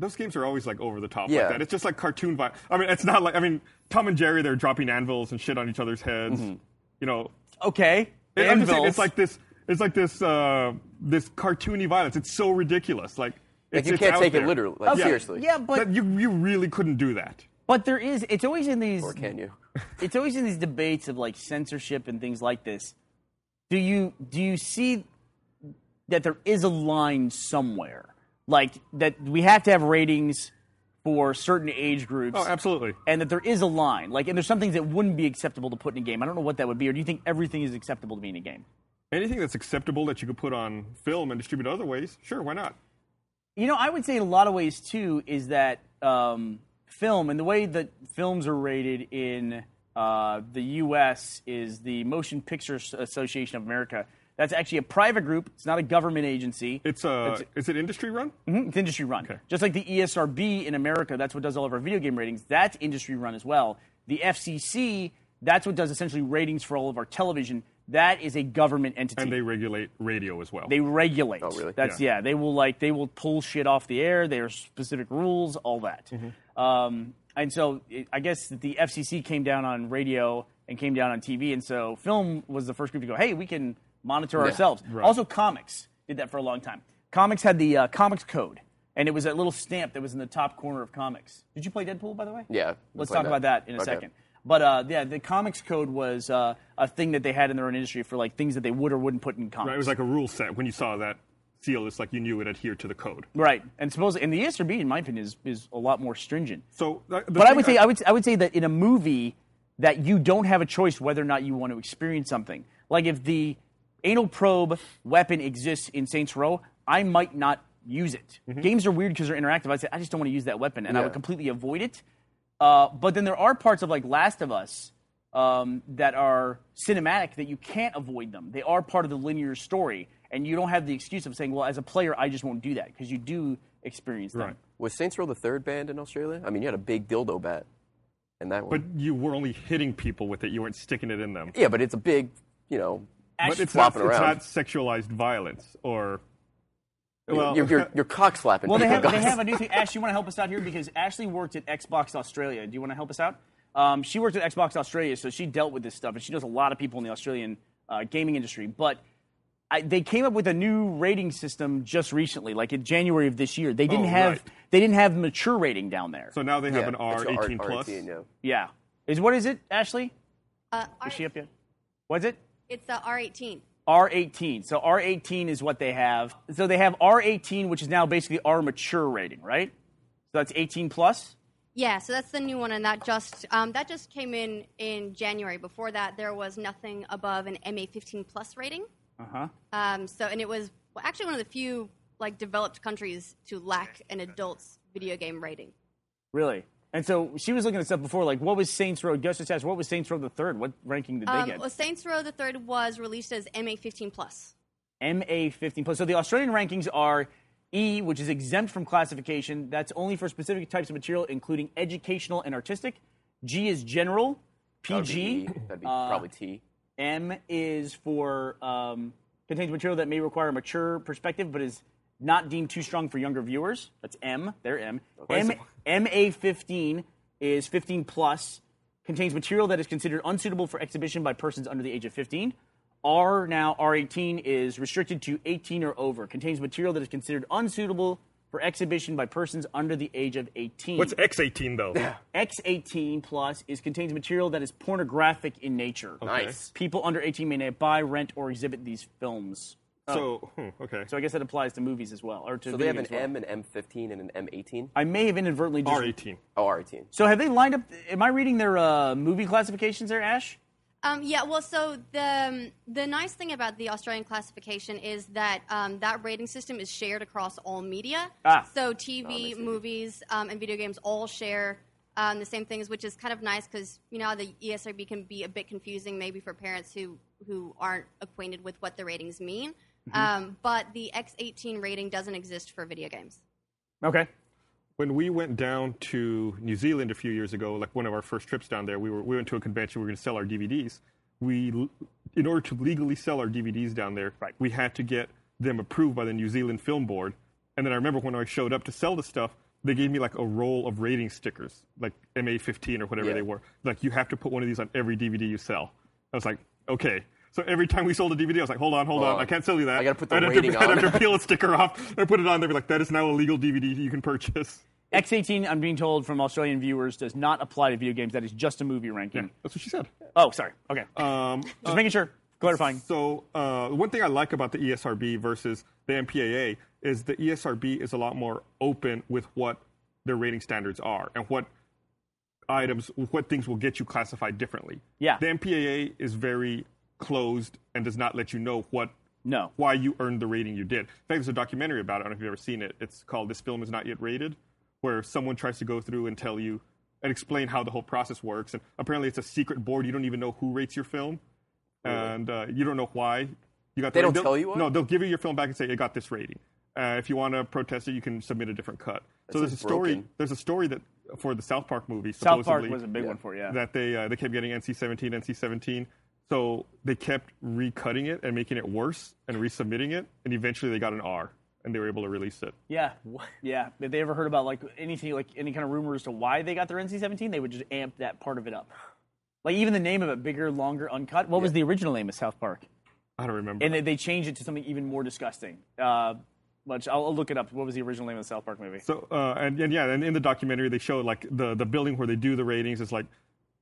Those games are always like over the top
Yeah.
like that. It's just like cartoon vibe. I mean, it's not like I mean Tom and Jerry. They're dropping anvils and shit on each other's heads. You know,
Okay,
It- I'm just saying,
Mm-hmm. Anvils.
it's like this. It's like this. Uh, this cartoony violence. It's so ridiculous. Like,
Like
it's,
you
it's
can't
out
take it
there.
literally. Like
Okay,
seriously.
Yeah, but
That- you you really couldn't do that.
But there is, it's always in these,
Or can you?
it's always in these debates of like censorship and things like this. Do you do you see that there is a line somewhere, like that we have to have ratings for certain age groups,
Oh, absolutely.
and that there is a line, like, and there's some things that wouldn't be acceptable to put in a game. I don't know what that would be, or do you think everything is acceptable to be in a game?
Anything that's acceptable that you could put on film and distribute other ways, sure, why not?
You know, I would say in a lot of ways too is that um, film and the way that films are rated in uh, the U.S. is the Motion Picture S- Association of America. That's actually a private group. It's not a government agency.
It's uh, is it industry run?
Mhm, it's industry run. Just like the E ESRB in America, that's what does all of our video game ratings. That's industry run as well. The FCC, that's what does essentially ratings for all of our television. That is a government entity
And they regulate radio as well.
they regulate. Oh,
really?
That's yeah.
Yeah.
They will like they will pull shit off the air. There are specific rules, all that. Um, and so it, I guess that the FCC came down on radio and came down on TV, and so film was the first group to go. Hey, we can monitor ourselves. Also, comics did that for a long time. Comics had the uh, comics code, and it was that little stamp that was in the top corner of comics. Did you play Deadpool, by the way?
Yeah, we
Let's
played
talk
that.
about that in a
Okay.
second. But uh, yeah, the comics code was uh, a thing that they had in their own industry for like things that they would or wouldn't put in comics.
Right, it was like a rule set. When you saw that seal, it's like you knew it adhered to the code.
Right, and suppose and the ESRB, in my opinion, is, is a lot more stringent.
So, uh, the- the
But I
thing
would say I would I would say that in a movie that you don't have a choice whether or not you want to experience something. Like if the anal probe weapon exists in Saints Row, I might not use it.
Mm-hmm.
Games are weird because they're interactive. I say I just don't want to use that weapon, and I
Yeah.
would completely avoid it. Uh, but then there are parts of like Last of Us um, that are cinematic that you can't avoid them. They are part of the linear story, and you don't have the excuse of saying, "Well, as a player, I just won't do that," because you do experience them.
Right.
Was Saints Row the third band in Australia? I mean, you had a big dildo bat, and that
but
one.
you were only hitting people with it. You weren't sticking it in them.
yeah, but it's a big, you know,
But it's not,
flopping
it's
around.
not sexualized violence or Well-
you're, you're, you're cock slapping
Well, they
people,
have, they
guys.
have a new thing. Ash, you want to help us out here because Ashley worked at Xbox Australia. Do you want to help us out? Um, she worked at Xbox Australia, so she dealt with this stuff, and she knows a lot of people in the Australian uh, gaming industry. But I, they came up with a new rating system just recently, like in January of this year. They didn't
Oh,
have
right.
they didn't have mature rating down there.
So now they have
Yeah,
an
it's
R
a
eighteen
R-
plus.
R18, yeah.
yeah, is what is it, Ashley?
Uh, R-
Is she up yet? Was it?
It's the R18.
R18. So R18 is what they have. So they have R18, which is now basically our mature rating, right? So that's 18 plus.
Yeah, so that's the new one, and that just um, that just came in in January. Before that, there was nothing above an MA 15 plus rating. Uh
Uh-huh.
huh. Um, so, and it was well, actually one of the few like developed countries to lack an adult's video game rating.
Really? And so she was looking at stuff before, like what was Saints Row? Gus just asked, what was Saints Row the third? What ranking did they
Um,
get?
well, Saints Row the Third was released as MA 15 plus.
MA fifteen plus. So the Australian rankings are E, which is exempt from classification. That's only for specific types of material, including educational and artistic. G is general.
That would be E,
PG.
That'd be probably T.
M is for um, contains material that may require a mature perspective, but is not deemed too strong for younger viewers. That's M. They're M. M MA fifteen is fifteen plus. Contains material that is considered unsuitable for exhibition by persons under the age of fifteen. R now R eighteen is restricted to eighteen or over. Contains material that is considered unsuitable for exhibition by persons under the age of eighteen.
What's X eighteen though?
X18 plus is contains material that is pornographic in nature.
Nice.
People under 18 may not buy, rent, or exhibit these films.
So hmm, okay.
So I guess that applies to movies as well, or to
So they
video
have an
games as well.
M, an M15, and an M18.
I may have inadvertently just.
R eighteen.
Oh, R18.
So have they lined up? Am I reading their uh, movie classifications there, Ash?
Um, yeah, well, so the um, the nice thing about the Australian classification is that um, that rating system is shared across all media.
Ah.
So TV, movies, um, and video games all share um, the same things, which is kind of nice because you know the E ESRB can be a bit confusing maybe for parents who who aren't acquainted with what the ratings mean. Um, but the X18 rating doesn't exist for video games.
Okay.
when we went down to New Zealand a few years ago, like one of our first trips down there, we were we went to a convention. We were going to sell our DVDs. We, l- in order to legally sell our DVDs down there,
Right.
we had to get them approved by the New Zealand Film Board. And then I remember when I showed up to sell the stuff, they gave me like a roll of rating stickers, like MA15 or whatever
Yeah.
they were. Like you have to put one of these on every DVD you sell. I was like, okay. So every time we sold a DVD, I was like, hold on, hold
Hold
on,
on.
I can't sell you that.
Oh, I gotta put the
I'd have to-
rating
I'd
on.
have to peel a sticker off and put it on there. Be like, that is now a legal DVD you can purchase.
X18, I'm being told from Australian viewers, does not apply to video games. That is just a movie ranking.
That's what she said.
Oh, sorry. Okay.
Mm. Um,
just making sure. Clarifying.
so uh, one thing I like about the ESRB versus the MPAA is the E ESRB is a lot more open with what their rating standards are and what items, what things will get you classified differently.
Yeah.
The MPAA is very closed and does not let you know what.
No.
Why you earned the rating you did. In fact, there's a documentary about it. I don't know if you've ever seen it. It's called "This Film Is Not Yet Rated," where someone tries to go through and tell you and explain how the whole process works. And apparently, it's a secret board. You don't even know who rates your film and uh, you don't know why you got.
They
the
don't
rating.
tell you why?
No, they'll give you your film back and say it got this rating. Uh, if you want to protest it, you can submit a different cut. so there's a
seems
story.
broken.
There's a story that for the South Park movie.
South Park
supposedly,
was a big one for you. Yeah.
that they uh, they kept getting NC-17, NC-17. So they kept recutting it and making it worse and resubmitting it, and eventually they got an R and they were able to release it.
Yeah. Yeah. If they ever heard about like anything, like any kind of rumor as to why they got their NC-17, they would just amp that part of it up. Like even the name of it, bigger, longer, uncut. What was the original name of South Park?
I don't remember.
And they, they changed it to something even more disgusting. Uh, which I'll, I'll look it up. What was the original name of the South Park movie?
So uh, and, and yeah, and in the documentary they show like the the building where they do the ratings is like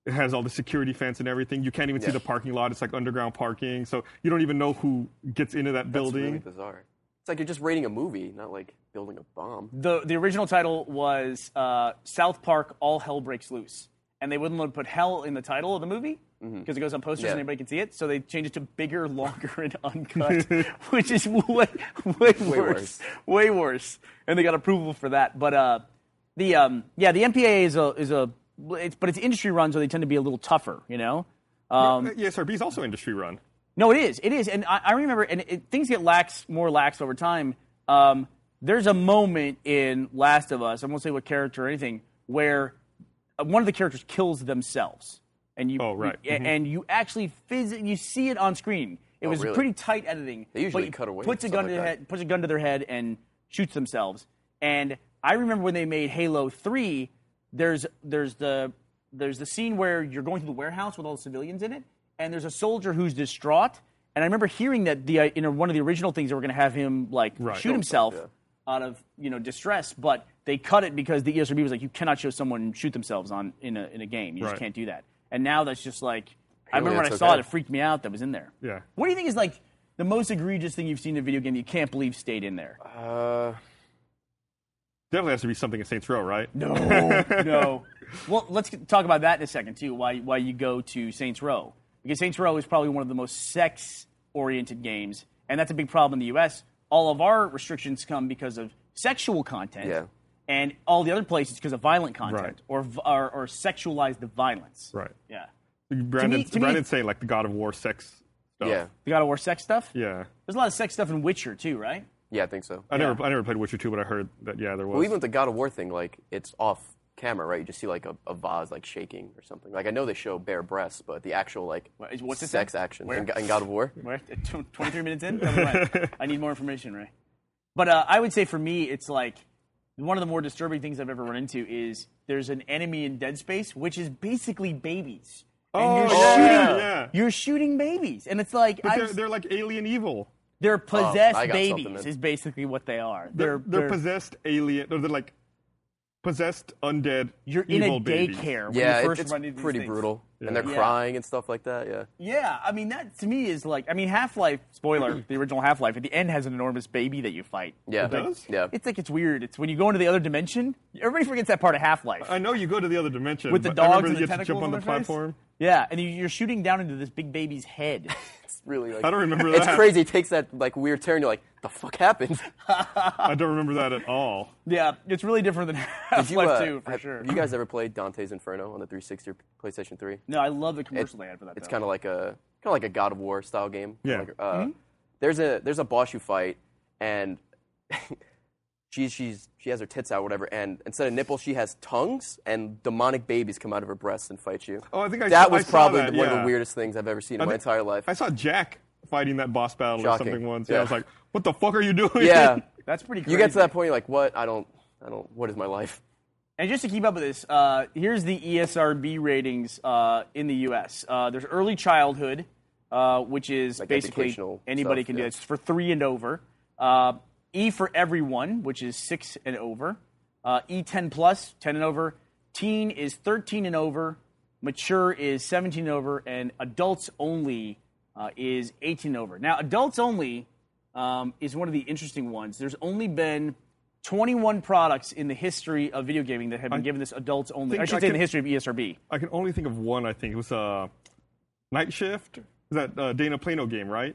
it has all the security fence and everything. You can't even see
Yeah.
the parking lot. It's like underground parking, so you don't even know who gets into that
It's
building.
really bizarre. It's like you're just rating a movie, not like building a bomb.
the The original title was uh, South Park: All Hell Breaks Loose, and they wouldn't let put hell in the title of the movie because it goes on posters
Yeah.
and anybody can see it. So they changed it to bigger, longer, and uncut, which is way way, worse.
worse.
way worse. And they got approval for that. But uh, the um, yeah, the MPAA is a is a it's, but it's industry run, so they tend to be a little tougher. You know. Um,
Uh, ESRB is also industry run.
no, it is. It is. And I, I remember, and it, things get lax, more lax over time. Um, there's a moment in Last of Us, I won't say what character or anything, where uh, one of the characters kills themselves. And you,
Oh, right.
a- And, you actually phys- you see it on screen. It was
Oh, really?
pretty tight editing.
They usually
but
cut away
Puts a
from
gun
stuff
to
like
their
that.
head, puts a gun to their head, and shoots themselves. And I remember when they made Halo Three, there's there's the there's the scene where you're going through the warehouse with all the civilians in it, and there's a soldier who's distraught. And I remember hearing that the uh, you know, one of the original things they were going to have him like
Right.
shoot himself out of you know distress, but they cut it because the E ESRB was like, you cannot show someone shoot themselves on in a in a game. You
Right.
just can't do that. And now that's just like I
Apparently
remember when I
that's
saw
okay.
it, it freaked me out that was in there.
Yeah.
What do you think is like the most egregious thing you've seen in a video game that you can't believe stayed in there?
Uh,
Definitely has to be something in Saints Row, right?
No, no. Well, let's get- talk about that in a second too. Why why you go to Saints Row? Because Saints Row is probably one of the most sex oriented games, and that's a big problem in the U.S. All of our restrictions come because of sexual content,
Yeah.
and all the other places because of violent content
Right.
or, v- or or sexualized the violence.
Right.
Yeah.
Brandon,
me- to me-
Brandon say like the God of War sex stuff.
yeah,
The God of War sex stuff.
Yeah.
There's a lot of sex stuff in Witcher too, right?
yeah, I think so.
I never I never played Witcher 2, but I heard that yeah, there was.
Well, even with the God of War thing, like it's off camera, right? You just see like a, a vase like shaking or something. Like I know they show bare breasts, but the actual like
What is- what's it
sex
say?
action
Where?
in, in God of War.
We're at tw- 23 minutes in. Tell me when. I need more information, Ray. But uh, I would say for me, it's like one of the more disturbing things I've ever run into is there's an enemy in Dead Space, which is basically babies. And you're
Oh, yeah,
shooting,
yeah.
you're shooting babies, and it's like
but they're,
I've-
they're like alien evil.
they're possessed
Oh, I got something
babies.
then.
Is basically what they are.
They're, they're, possessed alien or they're like possessed undead
You're in a
evil babies.
daycare. When
Yeah,
you
it,
first
it's
run into these
pretty
things.
brutal, and they're
Yeah.
crying and stuff like that. Yeah,
Yeah, I mean that to me is like I mean Half Life spoiler the original Half Life at the end has an enormous baby that you fight.
yeah,
It does?
yeah.
It's like it's weird. It's when you go into the other dimension. Everybody forgets that part of Half Life.
I know you go to the other dimension
With the
but I remember
dogs and
you
the
have to jump
tentacles
on the
on their face?
platform.
Yeah, and you- you're shooting down into this big baby's head.
It's really like
I don't remember
It's
that.
crazy. It takes that like weird turn. You're like, the fuck happened?
I don't remember that at all.
yeah, it's really different than Half
you,
Life
uh,
2 for
have-
sure.
You guys ever played Dante's Inferno on the 360 or PlayStation 3?
no, I love the commercial they had for that.
It's
though.
kind of like a kind of like a God of War style game.
Yeah. Mm-hmm.
Like, uh, There's a there's a boss you fight, and she's she's she has her tits out, whatever. And instead of nipples, she has tongues, and demonic babies come out of her breasts and fight you.
Oh, I think I
that
saw-
was
I saw
probably
that,
one of
yeah.
the weirdest things I've ever seen
I
in my
thi-
entire life.
I saw Jack fighting that boss battle
Shocking.
or something once. Yeah. I was
Yeah.
like, what the fuck are you doing?
yeah,
That's pretty. Crazy.
you get to that point, you're like, what? I don't, I don't. What is my life?
And just to keep up with this, uh, here's the ESRB ratings uh, in the U.S. Uh, there's early childhood, uh, which is basically
educational
anybody
stuff,
can do
yeah.
that. It's for three and over. Uh, e for everyone, which is six and over. Uh, E10 plus, 10 and over. Teen is 13 and over. Mature is 17 and over. And adults only uh, is 18 and over. Now, adults only um, is one of the interesting ones. There's only been 21 products in the history of video gaming that have been given this adults only.
think
I should
I
say in the
could-
history of E ESRB.
I can only think of one. I think it was uh, Night Shift. Is that uh, Dana Plano game, right?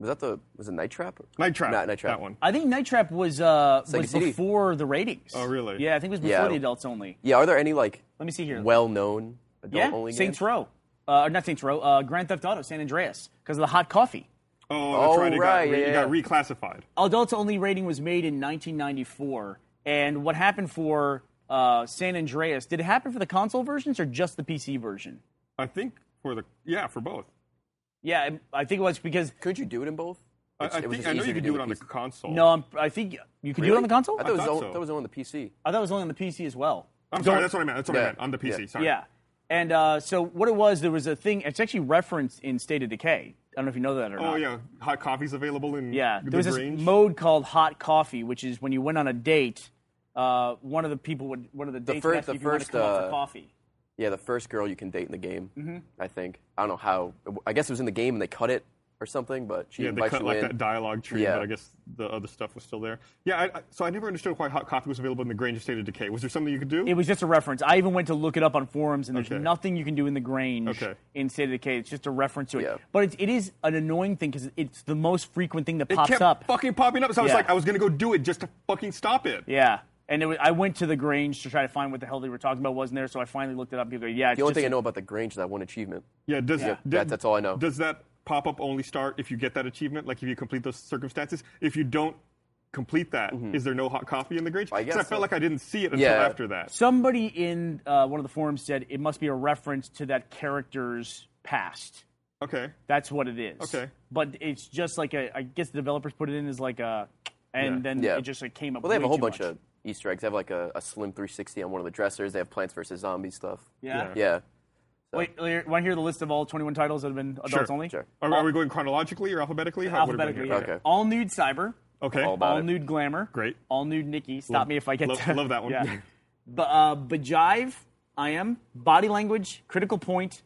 Was that the was it Night Trap?
Night Trap.
Not Night Trap.
That one.
I think Night Trap was uh,
like
was
a CD.
before the ratings. Oh,
really?
Yeah, I think it was before
Yeah.
the adults only.
Yeah. Are there any like
Let me see here.
well-known adult
yeah,
only games?
Saints Row, uh, or not Saints Row, uh, Grand Theft Auto, San Andreas, because of the hot coffee.
Oh, that's
Oh,
right. It,
right,
got, re-
yeah,
it got reclassified.
Adults only rating was made in 1994, and what happened for uh, San Andreas? Did it happen for the console versions or just the PC version?
I think for the yeah for both.
Yeah, I- I think it was because
Could you do it in both?
I,
It's-
I
it was
think
just
I know
easier
you
to
could do it
with
on the
PC.
console.
no, I'm, um, I think you could do it on the console.
I thought, it was,
thought
on-
so. Uh,
that was on the PC.
I thought it was only on the PC as well.
I'm sorry. That's what I meant. That's what
Yeah.
I meant on the PC.
Yeah.
Sorry.
Yeah. And uh, so what it was, there was a thing. It's actually referenced in State of Decay. I don't know if you know that or
Oh
Uh,
not.
yeah, hot coffee's available in
Yeah,
the
there was this
range.
mode called hot coffee, which is when you went on a date, uh, one of the people would one of the dates
fir-
would ask
the
you if you wanted
first,
to come out
uh,
for coffee.
Yeah, the first girl you can date in the game.
Mm-hmm.
I think. I don't know how. I guess it was in the game and they cut it or something. But she
yeah, they
invites
cut
you
like
in.
that dialogue tree,
Yeah.
but I guess the other stuff was still there. Yeah, I, I, so I never understood why hot coffee was available in the Grange of State of Decay. Was there something you could do?
It was just a reference. I even went to look it up on forums, and there's
Okay.
nothing you can do in the Grange
Okay.
in State of Decay. It's just a reference to it.
Yeah.
But it, it is an annoying thing because it's the most frequent thing that
It
pops
kept
up.
fucking popping up. So I was
Yeah.
like, I was gonna go do it just to fucking stop it.
Yeah. And it was, I went to the Grange to try to find what the hell they were talking about wasn't there, so I finally looked it up. People go, yeah, it's
the only
just
thing I know about the Grange is that one achievement.
Yeah, does
Yeah.
did-
That- that's all I know.
Does that pop up only start if you get that achievement? Like if you complete those circumstances? If you don't complete that, is there no hot coffee in the Grange?
Mm-hmm. I
'Cause
guess
I
so.
felt like I didn't see it until
Yeah.
after that.
Somebody in uh, one of the forums said it must be a reference to that character's past.
Okay.
That's what it is.
Okay.
But it's just like a, I guess the developers put it in as like a, and then
Yeah.
it just like came up.
Well, they have
way
a whole
too
bunch
much.
of Easter eggs. They have like a, a slim 360 on one of the dressers. They have Plants vs Zombies stuff.
Yeah.
Yeah.
Wait, want to hear the list of all 21 titles that have been adults
Sure,
only?
sure.
Are, are we going chronologically or alphabetically? How- what are we doing
Alphabetically,
here?
Okay.
all nude cyber,
Okay.
All about
all
it.
nude glamour,
Great.
all nude Nikki. Stop me if I get
Love-
to,
love that one.
Yeah, but uh, bejive, I am body language, critical point,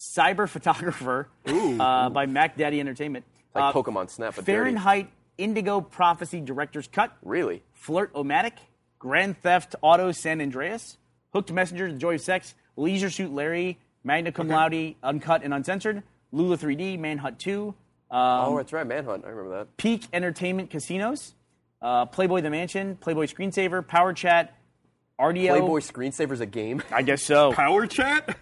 cyber photographer, Uh, by Mac Daddy Entertainment,
Like
Uh,
Pokemon Snap, but dirty.
Fahrenheit, Indigo Prophecy, Director's Cut,
Really?
Flirt Omatic, Grand Theft Auto San Andreas, Hooked Messenger, The Joy of Sex, Leisure Suit Larry, Magna Cum Laude, Uncut and Uncensored, Lula 3D, Manhunt 2, um,
oh, that's right. Manhunt. I remember that.
Peak Entertainment Casinos, uh, Playboy The Mansion, Playboy Screensaver, Power Chat, RDO.
Playboy Screensaver's a game.
I guess so.
Power chat.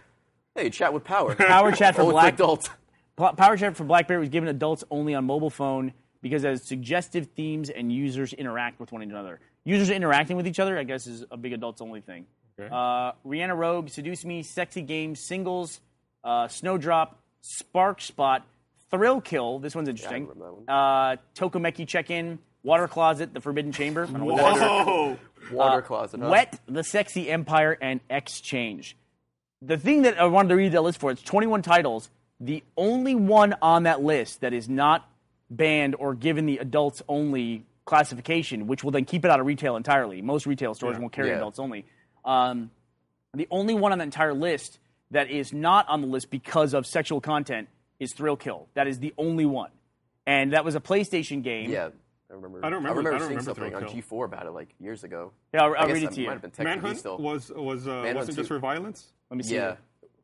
hey, chat with power.
Power Chat for
oh,
Black.
It's adult.
Pl- Power Chat for BlackBerry was given adults only on mobile phone because it has suggestive themes and users interact with one another. Users interacting with each other, I guess, is a big adults only thing. Uh, Rihanna Rogue, Seduce Me, Sexy Games, Singles, uh, Snowdrop, Spark Spot, Thrill Kill. This one's interesting.
remember that one.
Uh, Tokomeki Check In, Water Closet, The Forbidden Chamber. I don't know what that is.
Whoa.
Water closet. Huh?
uh, Wet, The Sexy Empire, and Exchange. The thing that I wanted to read that list for, it's 21 titles. The only one on that list that is not banned or given the adults only classification, which will then keep it out of retail entirely. Most retail stores won't carry
Yeah.
adults only. Um, the only one on the entire list that is not on the list because of sexual content is Thrill Kill. That is the only one. And that was a PlayStation game.
Yeah. I remember.
I don't remember-
I remember
I don't
seeing
remember
something on
Thrill Kill.
G4 about it like years ago.
Yeah, I'll-
I
I'll
guess
read it
that
to you.
Might have been technically
Manhunt
still.
was was uh,
Manhunt
wasn't just
too.
for violence.
Let me see.
yeah.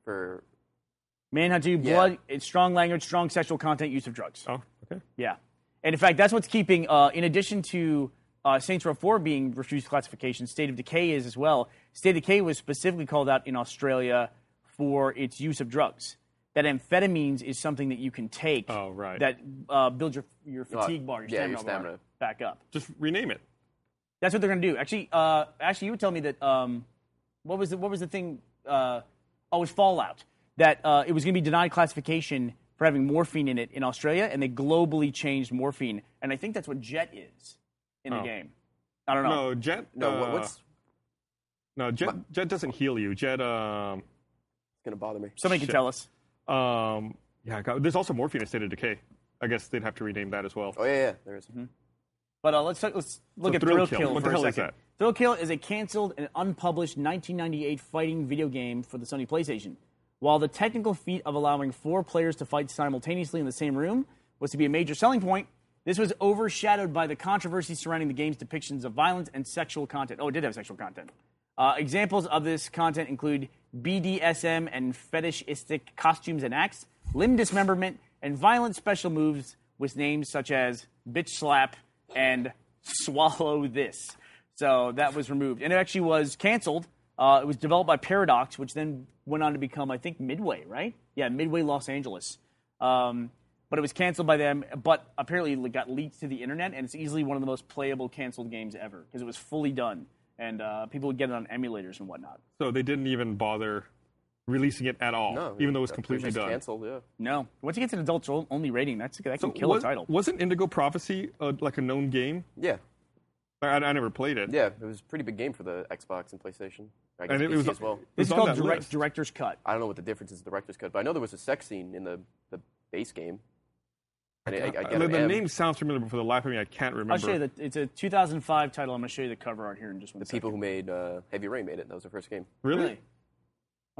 For
Manhunt 2,
Yeah.
blood, it's strong language, strong sexual content, use of drugs.
Oh, okay.
Yeah. And in fact, that's what's keeping, uh, in addition to uh, Saints Row 4 being refused classification, State of Decay is as well. State of Decay was specifically called out in Australia for its use of drugs. That amphetamines is something that you can take
Oh, right.
that uh, builds your, your fatigue bar, your
yeah,
stamina,
your
bar
stamina.
back up.
Just rename it.
That's what they're going to do. Actually, uh, actually, you would tell me that. Um, what was the what was the thing? Uh, oh, it was Fallout. That uh, it was going to be denied classification for having morphine in it in Australia, and they globally changed morphine. And I think that's what Jet is in the
Oh.
game. I don't know.
No, Jet.
no,
uh,
what, what's
no? Jet. Jet doesn't heal you. Jet. Um.
gonna bother me?
Somebody can
shit.
tell us.
Um. Yeah. God, there's also morphine in State of Decay. I guess they'd have to rename that as well.
Oh yeah, yeah. There is.
Mm-hmm. But uh, let's, talk, let's look
So
at
Thrill
Thrill
Kill.
Kill
What
for
the hell
a
is
second.
that?
Thrill Kill is a canceled and unpublished 1998 fighting video game for the Sony PlayStation. While the technical feat of allowing four players to fight simultaneously in the same room was to be a major selling point, this was overshadowed by the controversy surrounding the game's depictions of violence and sexual content. Oh, it did have sexual content. Uh, examples of this content include BDSM and fetishistic costumes and acts, limb dismemberment, and violent special moves with names such as bitch slap and swallow this. So that was removed. And it actually was canceled. Uh, it was developed by Paradox, which then went on to become, I think, Midway, right? Yeah, Midway Los Angeles. Um, but it was canceled by them, but apparently it got leaked to the internet, and it's easily one of the most playable canceled games ever because it was fully done, and uh, people would get it on emulators and whatnot.
So they didn't even bother releasing it at all,
No,
even though it was
that-
completely
just
done.
Canceled. Yeah.
No, once it gets an adults o- only rating, that's that can kill
was,
a title.
Wasn't Indigo Prophecy uh, like a known game?
Yeah.
I, I I never played it.
Yeah. It was a pretty big game for the Xbox and PlayStation. I guess
And it,
PC
it was
as well.
It was
This is
on
called
that
direct,
list.
director's cut.
I don't know what the difference is in the director's cut, but I know there was a sex scene in the, the base game. And I, I, I
Uh,
get
the
an
the
M.
name sounds familiar, but for the life of me, I can't remember.
I'll show you that it's a 2005 title. I'm going to show you the cover art here in just one
The people who made uh, Heavy Rain made it. That was their first game.
Really?
Really?
That,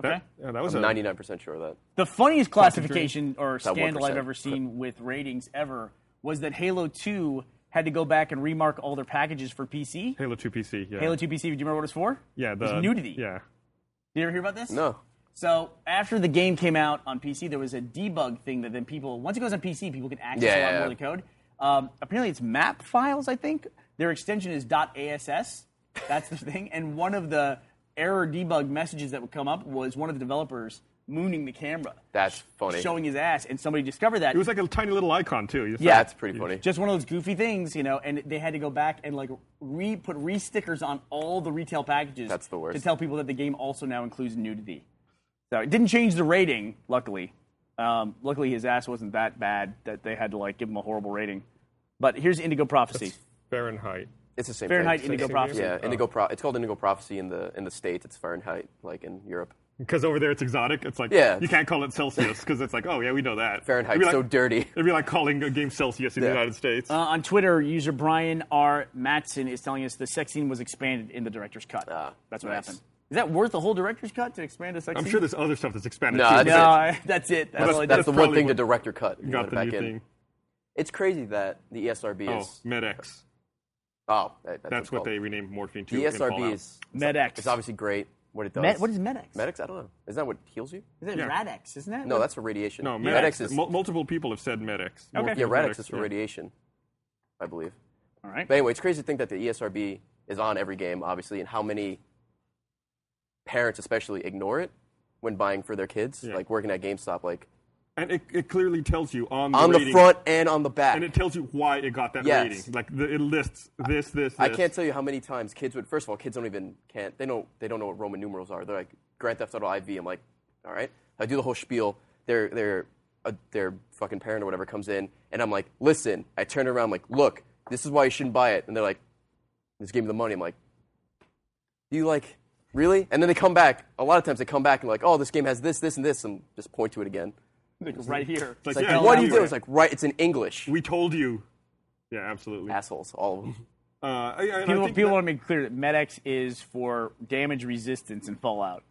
Okay.
yeah, that was
I'm
a,
99% sure of that.
The funniest classification or
About
scandal I've
1%.
ever seen with ratings ever was that Halo 2 had to go back and remark all their packages for PC.
Halo 2 PC. Yeah.
Halo 2 PC, do you remember what it was for?
Yeah.
It
The
was nudity.
Yeah.
Did you ever hear about this?
No.
So after the game came out on PC, there was a debug thing that then people once it goes on PC, people can access
Yeah,
a lot
yeah,
more of the code. Um, apparently, it's map files. I think their extension is .ass. That's the thing. And one of the error debug messages that would come up was one of the developers mooning the camera,
That's funny.
showing his ass, and somebody discovered that.
It was like a tiny little icon too. You just-
Yeah.
That's pretty funny.
just one of those goofy things, you know. And they had to go back and like re put re stickers on all the retail packages.
That's the worst.
To tell people that the game also now includes nudity. So it didn't change the rating. Luckily, um, luckily his ass wasn't that bad that they had to like give him a horrible rating. But here's Indigo Prophecy.
Fahrenheit. Oh.
It's the same
Fahrenheit
thing.
Indigo
Same
Prophecy.
here?
Yeah, Indigo Pro- It's called Indigo Prophecy in the in the states. It's Fahrenheit, like in Europe.
Because over there it's exotic. It's like
Yeah.
you can't call it Celsius because it's like oh yeah we know that
Fahrenheit's
It'd be
so
like-
dirty.
It'd be like calling a game Celsius in the
Yeah.
United States.
Uh, on Twitter, user Brian R. Matson is telling us the sex scene was expanded in the director's cut.
Ah,
that's what
nice.
happened. Is that worth the whole director's cut to expand a sex
I'm
scene?
sure there's other stuff that's expanded.
No,
too,
I
but
No,
it.
I- that's it. That's,
That's,
all I
that's,
did.
the
probably
one thing
what-
the director cut. and
got
put it
the new
back in.
thing.
It's crazy that the E ESRB
Oh,
is
MedX.
oh that- that's,
That's what they
it's
renamed morphine to.
called.
in
The E ESRB
Fallout.
is
MedX.
It's obviously great. What it does.
Med- what is Medex?
Medics? I don't know. Is that what heals you?
Is it
Yeah.
Radex? Isn't that?
No, that's for radiation.
no
Medics
MedX.
is
Oh, mul- multiple people have said MedX. Morphine
Okay.
yeah,
is
Radix is for
yeah.
radiation, I believe.
all right.
But anyway, it's crazy to think that the E ESRB is on every game, obviously, and how many parents, especially, ignore it when buying for their kids.
Yeah.
Like working at GameStop, like
And it, it clearly tells you on the
on the
rating-
front and on the back.
and it tells you why it got that
Yes.
rating. Like the, it lists this, this, this.
I can't tell you how many times kids would. First of all, kids don't even can't. They don't. They don't know what Roman numerals are. They're like Grand Theft Auto IV. I'm like, all right. I do the whole spiel. Their their uh, their fucking parent or whatever comes in, and I'm like, listen. I turn around, I'm like, look, this is why you shouldn't buy it. And they're like, just give me the money. I'm like, do you like really? And then they come back. A lot of times they come back and like, oh, this game has this, this, and this, and just point to it again.
Like, right here.
It's like,
It's like,
yeah,
what do
we-
you do? It's like, right. It's in English.
we told you. Yeah, absolutely. Uh,
Assholes, all of them.
I, I- I
People,
think
people
that-
want to make clear that Medex is for damage resistance and Fallout.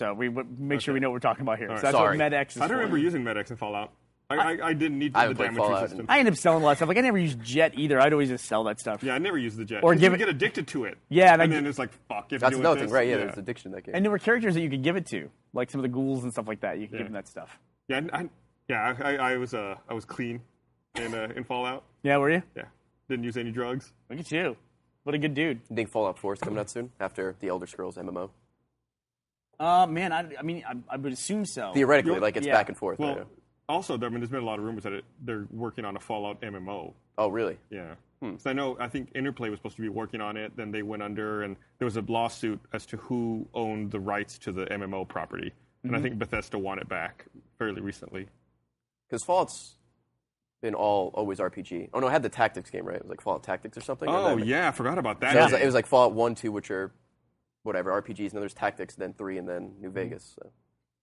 So we w- make sure we know what we're talking about here. So that's
Sorry.
what Medex is
I
for.
don't remember using MedX in Fallout. I, I, I didn't need the
I haven't played
damage
Fallout
resistance.
in-
I end up selling a lot of stuff. Like I never used Jet either. I'd always just sell that stuff.
yeah, I never used the jet.
Or
'Cause
give
you
it-
get addicted to it.
Yeah, and
and,
I
then
get-
it's like fuck. If
That's
doing
another
this,
thing, right? Yeah,
yeah.
there's addiction in that game.
And there were characters that you could give it to, like some of the ghouls and stuff like that. You could
Yeah.
give them that stuff.
Yeah, I, I, yeah, I, I was uh, I was clean in uh, in Fallout.
Yeah, were you?
Yeah, didn't use any drugs.
Look at you. What a good dude.
You think Fallout 4 is coming out soon after the Elder Scrolls MMO?
Uh, man, I, I mean, I, I would assume so.
Theoretically,
You're-
like it's
yeah.
back and forth.
Well,
I know.
also, I mean, there's been a lot of rumors that it, they're working on a Fallout MMO.
oh, really?
Yeah.
Hmm.
So I know I think Interplay was supposed to be working on it. Then they went under, and there was a lawsuit as to who owned the rights to the MMO property.
Mm-hmm.
And I think Bethesda won it back fairly recently.
Because Fallout's been all always RPG. Oh no, I had the tactics game right. It was like Fallout Tactics or something. and
Oh
then-
yeah, I forgot about that.
so it, was like, it was like Fallout One, Two, which are whatever RPGs, and then there's Tactics, and then Three, and then
Mm-hmm.
New Vegas. So.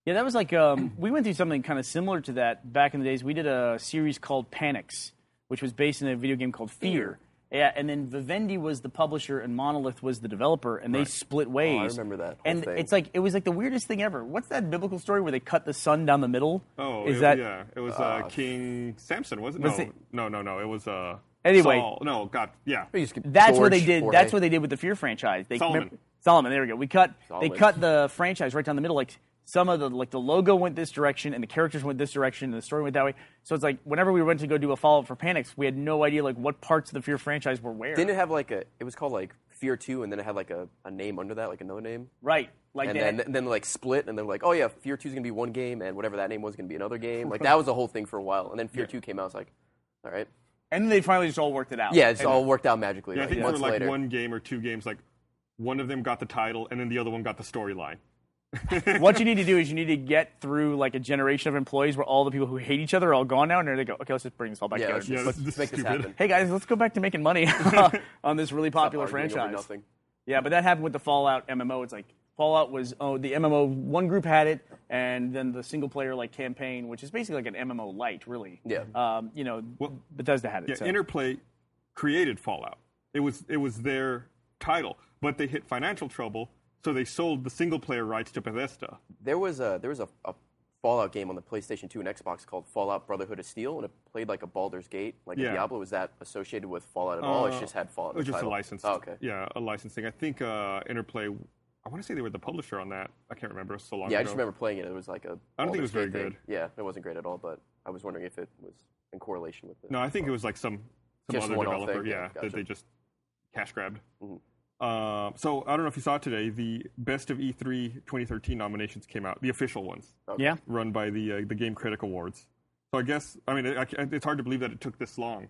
Yeah, that was like um, we went through something kind of similar to that back in the days. We did a series called Panics, which was based in a video game called Fear. Yeah, and then Vivendi was the publisher and Monolith was the developer, and they split ways.
Oh, remember that whole
And
thing.
it's like it was like the weirdest thing ever. What's that biblical story where they cut the sun down the middle?
Oh,
is
it-
that
yeah? It was uh, King Samson, was it?
was
no,
it-
no, no, no. It was uh.
Anyway.
Saul. no, God, yeah.
You just get
That's what
George,
they did.
Jorge.
That's what they did with the Fear franchise. They
Solomon.
remember- Solomon. There we go. We cut. They
Solomon.
cut the franchise right down the middle. Like some of the like the logo went this direction, and the characters went this direction, and the story went that way. So it's like whenever we went to go do a follow up for Panics, we had no idea like what parts of the Fear franchise were where.
Didn't it have like a? It was called like Fear Two, and then it had like a, a name under that, like another name.
right. Like
And
they had-
then, then like split, and they're like, oh yeah, Fear Two is gonna be one game, and whatever that name was gonna be another game. Like that was the whole thing for a while, and then Fear Two came out. I was like, all right,
and then they finally just all worked it out.
yeah, it's
And-
all worked out magically.
Yeah, I
like,
think there were
months
like
later.
one game or two games. Like one of them got the title, and then the other one got the storyline.
what you need to do is you need to get through like a generation of employees where all the people who hate each other are all gone now, and they go, okay, let's just bring this all back
Yeah,
together.
let's
Yeah,
just
this, this
let's make
is
this
stupid.
happen.
hey guys, let's go back to making money on this really popular
arguing over
franchise.
nothing.
Yeah, but that happened with the Fallout MMO. It's like Fallout was oh the MMO one group had it, and then the single player like campaign, which is basically like an MMO light, really.
Yeah.
Um, you know, Bethesda had it.
Yeah,
so.
Interplay created Fallout. It was it was their title, but they hit financial trouble, so they sold the single player rights to Bethesda.
There was a there was a, a Fallout game on the PlayStation 2 and Xbox called Fallout Brotherhood of Steel, and it played like a Baldur's Gate, like
Yeah.
a Diablo. Was that associated with Fallout at all?
Uh,
It just had Fallout.
It was
in the
just
title.
a license.
Oh, okay. Yeah,
Yeah, a licensing. I think uh, Interplay. I want to say they were the publisher on that. I can't remember. It was so long
I
ago.
just remember playing it. It was like a.
I don't think it was
Baldur's Gate
very
thing. Yeah, it wasn't great at all. But I was wondering if it was in correlation with. The,
No, I think it was like some some
Just
other
one-off
developer.
thing,
Yeah,
yeah,
that
gotcha. Mm-hmm.
they just cash grabbed. Uh, so I don't know if you saw today. The best of E E3 2013 nominations came out. The official ones.
Yeah.
run by the uh, the Game Critic Awards. So I guess I mean I, I, it's hard to believe that it took this long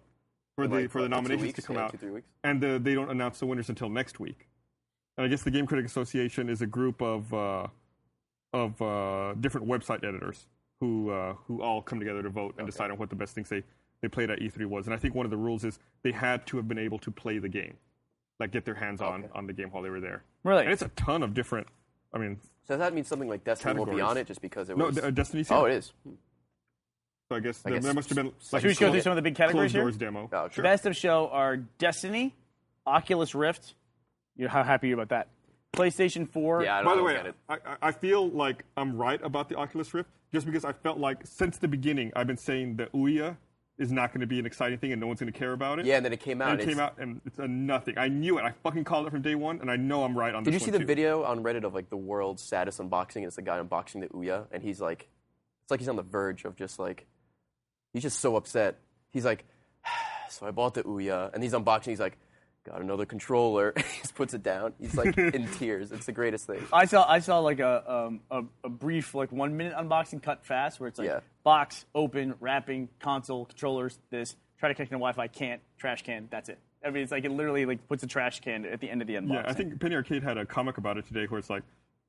for the
Like,
for the
what, like two
nominations
weeks?
to come
Yeah,
out,
two, three weeks?
and the, they don't announce the winners until next week. And I guess the Game Critic Association is a group of uh, of uh, different website editors who uh, who all come together to vote and decide on what the best things they they played at E3 was, and I think one of the rules is they had to have been able to play the game, like get their hands on on the game while they were there.
Really?
and it's a ton of different. I mean,
So that means something like Destiny won't be
Categories.
on it just because it
No,
was.
the- uh, Destiny's
Oh,
here.
it is.
so I guess, there,
guess
there must have been
s-
like
Should we
a
just go
clo-
through some of the big categories
closed
here?
doors demo.
Oh, sure.
Best of show are Destiny, Oculus Rift. You how happy are you about that? PlayStation 4.
Yeah, I don't
By the
know
way,
about it.
I, I- I feel like I'm right about the Oculus Rift just because I felt like since the beginning I've been saying that Ouya is not going to be an exciting thing and no one's going to care about it.
Yeah, and then it came out.
And it
it's-
came out and it's a nothing. I knew it. I fucking called it from day one, and I know I'm right on
Did you
this
see
one,
the
too.
video on Reddit of like the world's saddest unboxing? And it's the guy unboxing the Ouya, and he's like, it's like he's on the verge of just like, he's just so upset. He's like, so I bought the Ouya, and he's unboxing. He's like, got another controller. he just puts it down. He's like in tears. It's the greatest thing.
I saw I saw like a um, a, a brief like one minute unboxing cut fast where it's like
Yeah.
box open wrapping console controllers this try to connect to Wi-Fi can't trash can that's it. I mean it's like it literally like puts a trash can at the end of the unboxing.
Yeah, I think Penny Arcade had a comic about it today where it's like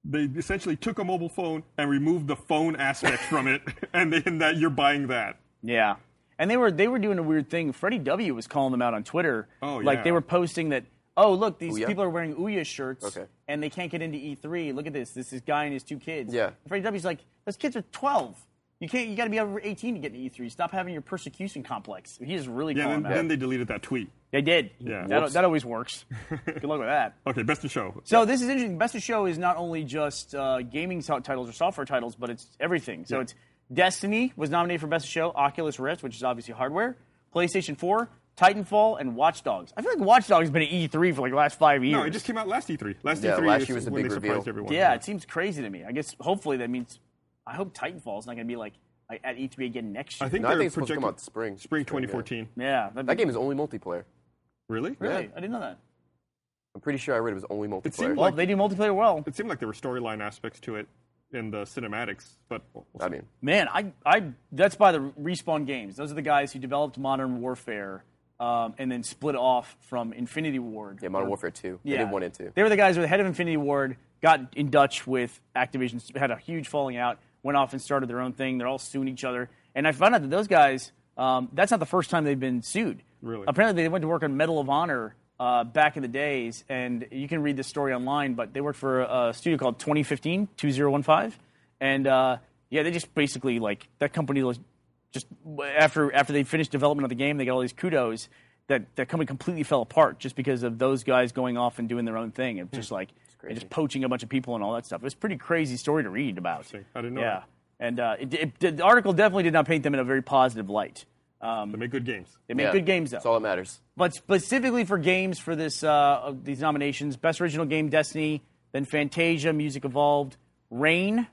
they essentially took a mobile phone and removed the phone aspect from it, and then that you're buying that.
Yeah. And they were they were doing a weird thing. Freddie W was calling them out on Twitter.
Oh,
Like
yeah.
they were posting that, oh look, these
Ouya?
people are wearing Ouya shirts
Okay.
and they can't get into E3. Look at this. This is guy and his two kids.
Yeah.
And Freddie W's like, those kids are 12. You can't. You got to be over 18 to get into E3. Stop having your persecution complex. He is really
Oh,
Yeah,
calling
and
them
then,
out.
then they deleted that tweet.
They did.
Yeah.
That,
Whoops.
that always works. Good luck with that.
Okay, best in show.
So this is interesting. Best of Show is not only just uh, gaming so- titles or software titles, but it's everything. So it's Destiny was nominated for Best of Show, Oculus Rift, which is obviously hardware, PlayStation 4, Titanfall, and Watch Dogs. I feel like Watch Dogs has been at E3 for like the last five years.
No, it just came out last E3. Last
Yeah,
E3
last
is
year was the
when
big
they
reveal.
surprised everyone.
yeah, it seems crazy to me. I guess hopefully that means I hope Titanfall is not going to be like I- at E3 again next year.
I think
No, I
they're
think it's supposed to
projected
come out spring.
Spring
Spring, yeah.
2014.
yeah, that'd
That
be-
game is only multiplayer.
Really?
really. I didn't know that.
I'm pretty sure I read it was only multiplayer.
seemed
Well,
Like-
they do multiplayer well.
It seemed like there were storyline aspects to it in the cinematics, but we'll
I
see.
mean,
Man, I, I that's by the Respawn Games. Those are the guys who developed Modern Warfare um, and then split off from Infinity Ward.
yeah, Modern Warfare 2. They did one and two.
They were the guys who were the head of Infinity Ward, got in Dutch with Activision, had a huge falling out, went off and started their own thing. They're all suing each other. And I found out that those guys, um, that's not the first time they've been sued.
Really?
Apparently, they went to work on Medal of Honor uh, back in the days, and you can read this story online, but they worked for a, a studio called 2015, 2015. And uh, yeah, they just basically, like, that company was just after after they finished development of the game, they got all these kudos. That that company completely fell apart just because of those guys going off and doing their own thing and just like and just poaching a bunch of people and all that stuff. It was a pretty crazy story to read about.
I didn't know
Yeah,
that.
and uh, it, it, the article definitely did not paint them in a very positive light.
They make good games.
They made
Yeah,
good games though.
That's all that matters.
But specifically for games for this uh, of these nominations, best original game Destiny, then Fantasia, Music Evolved, Rain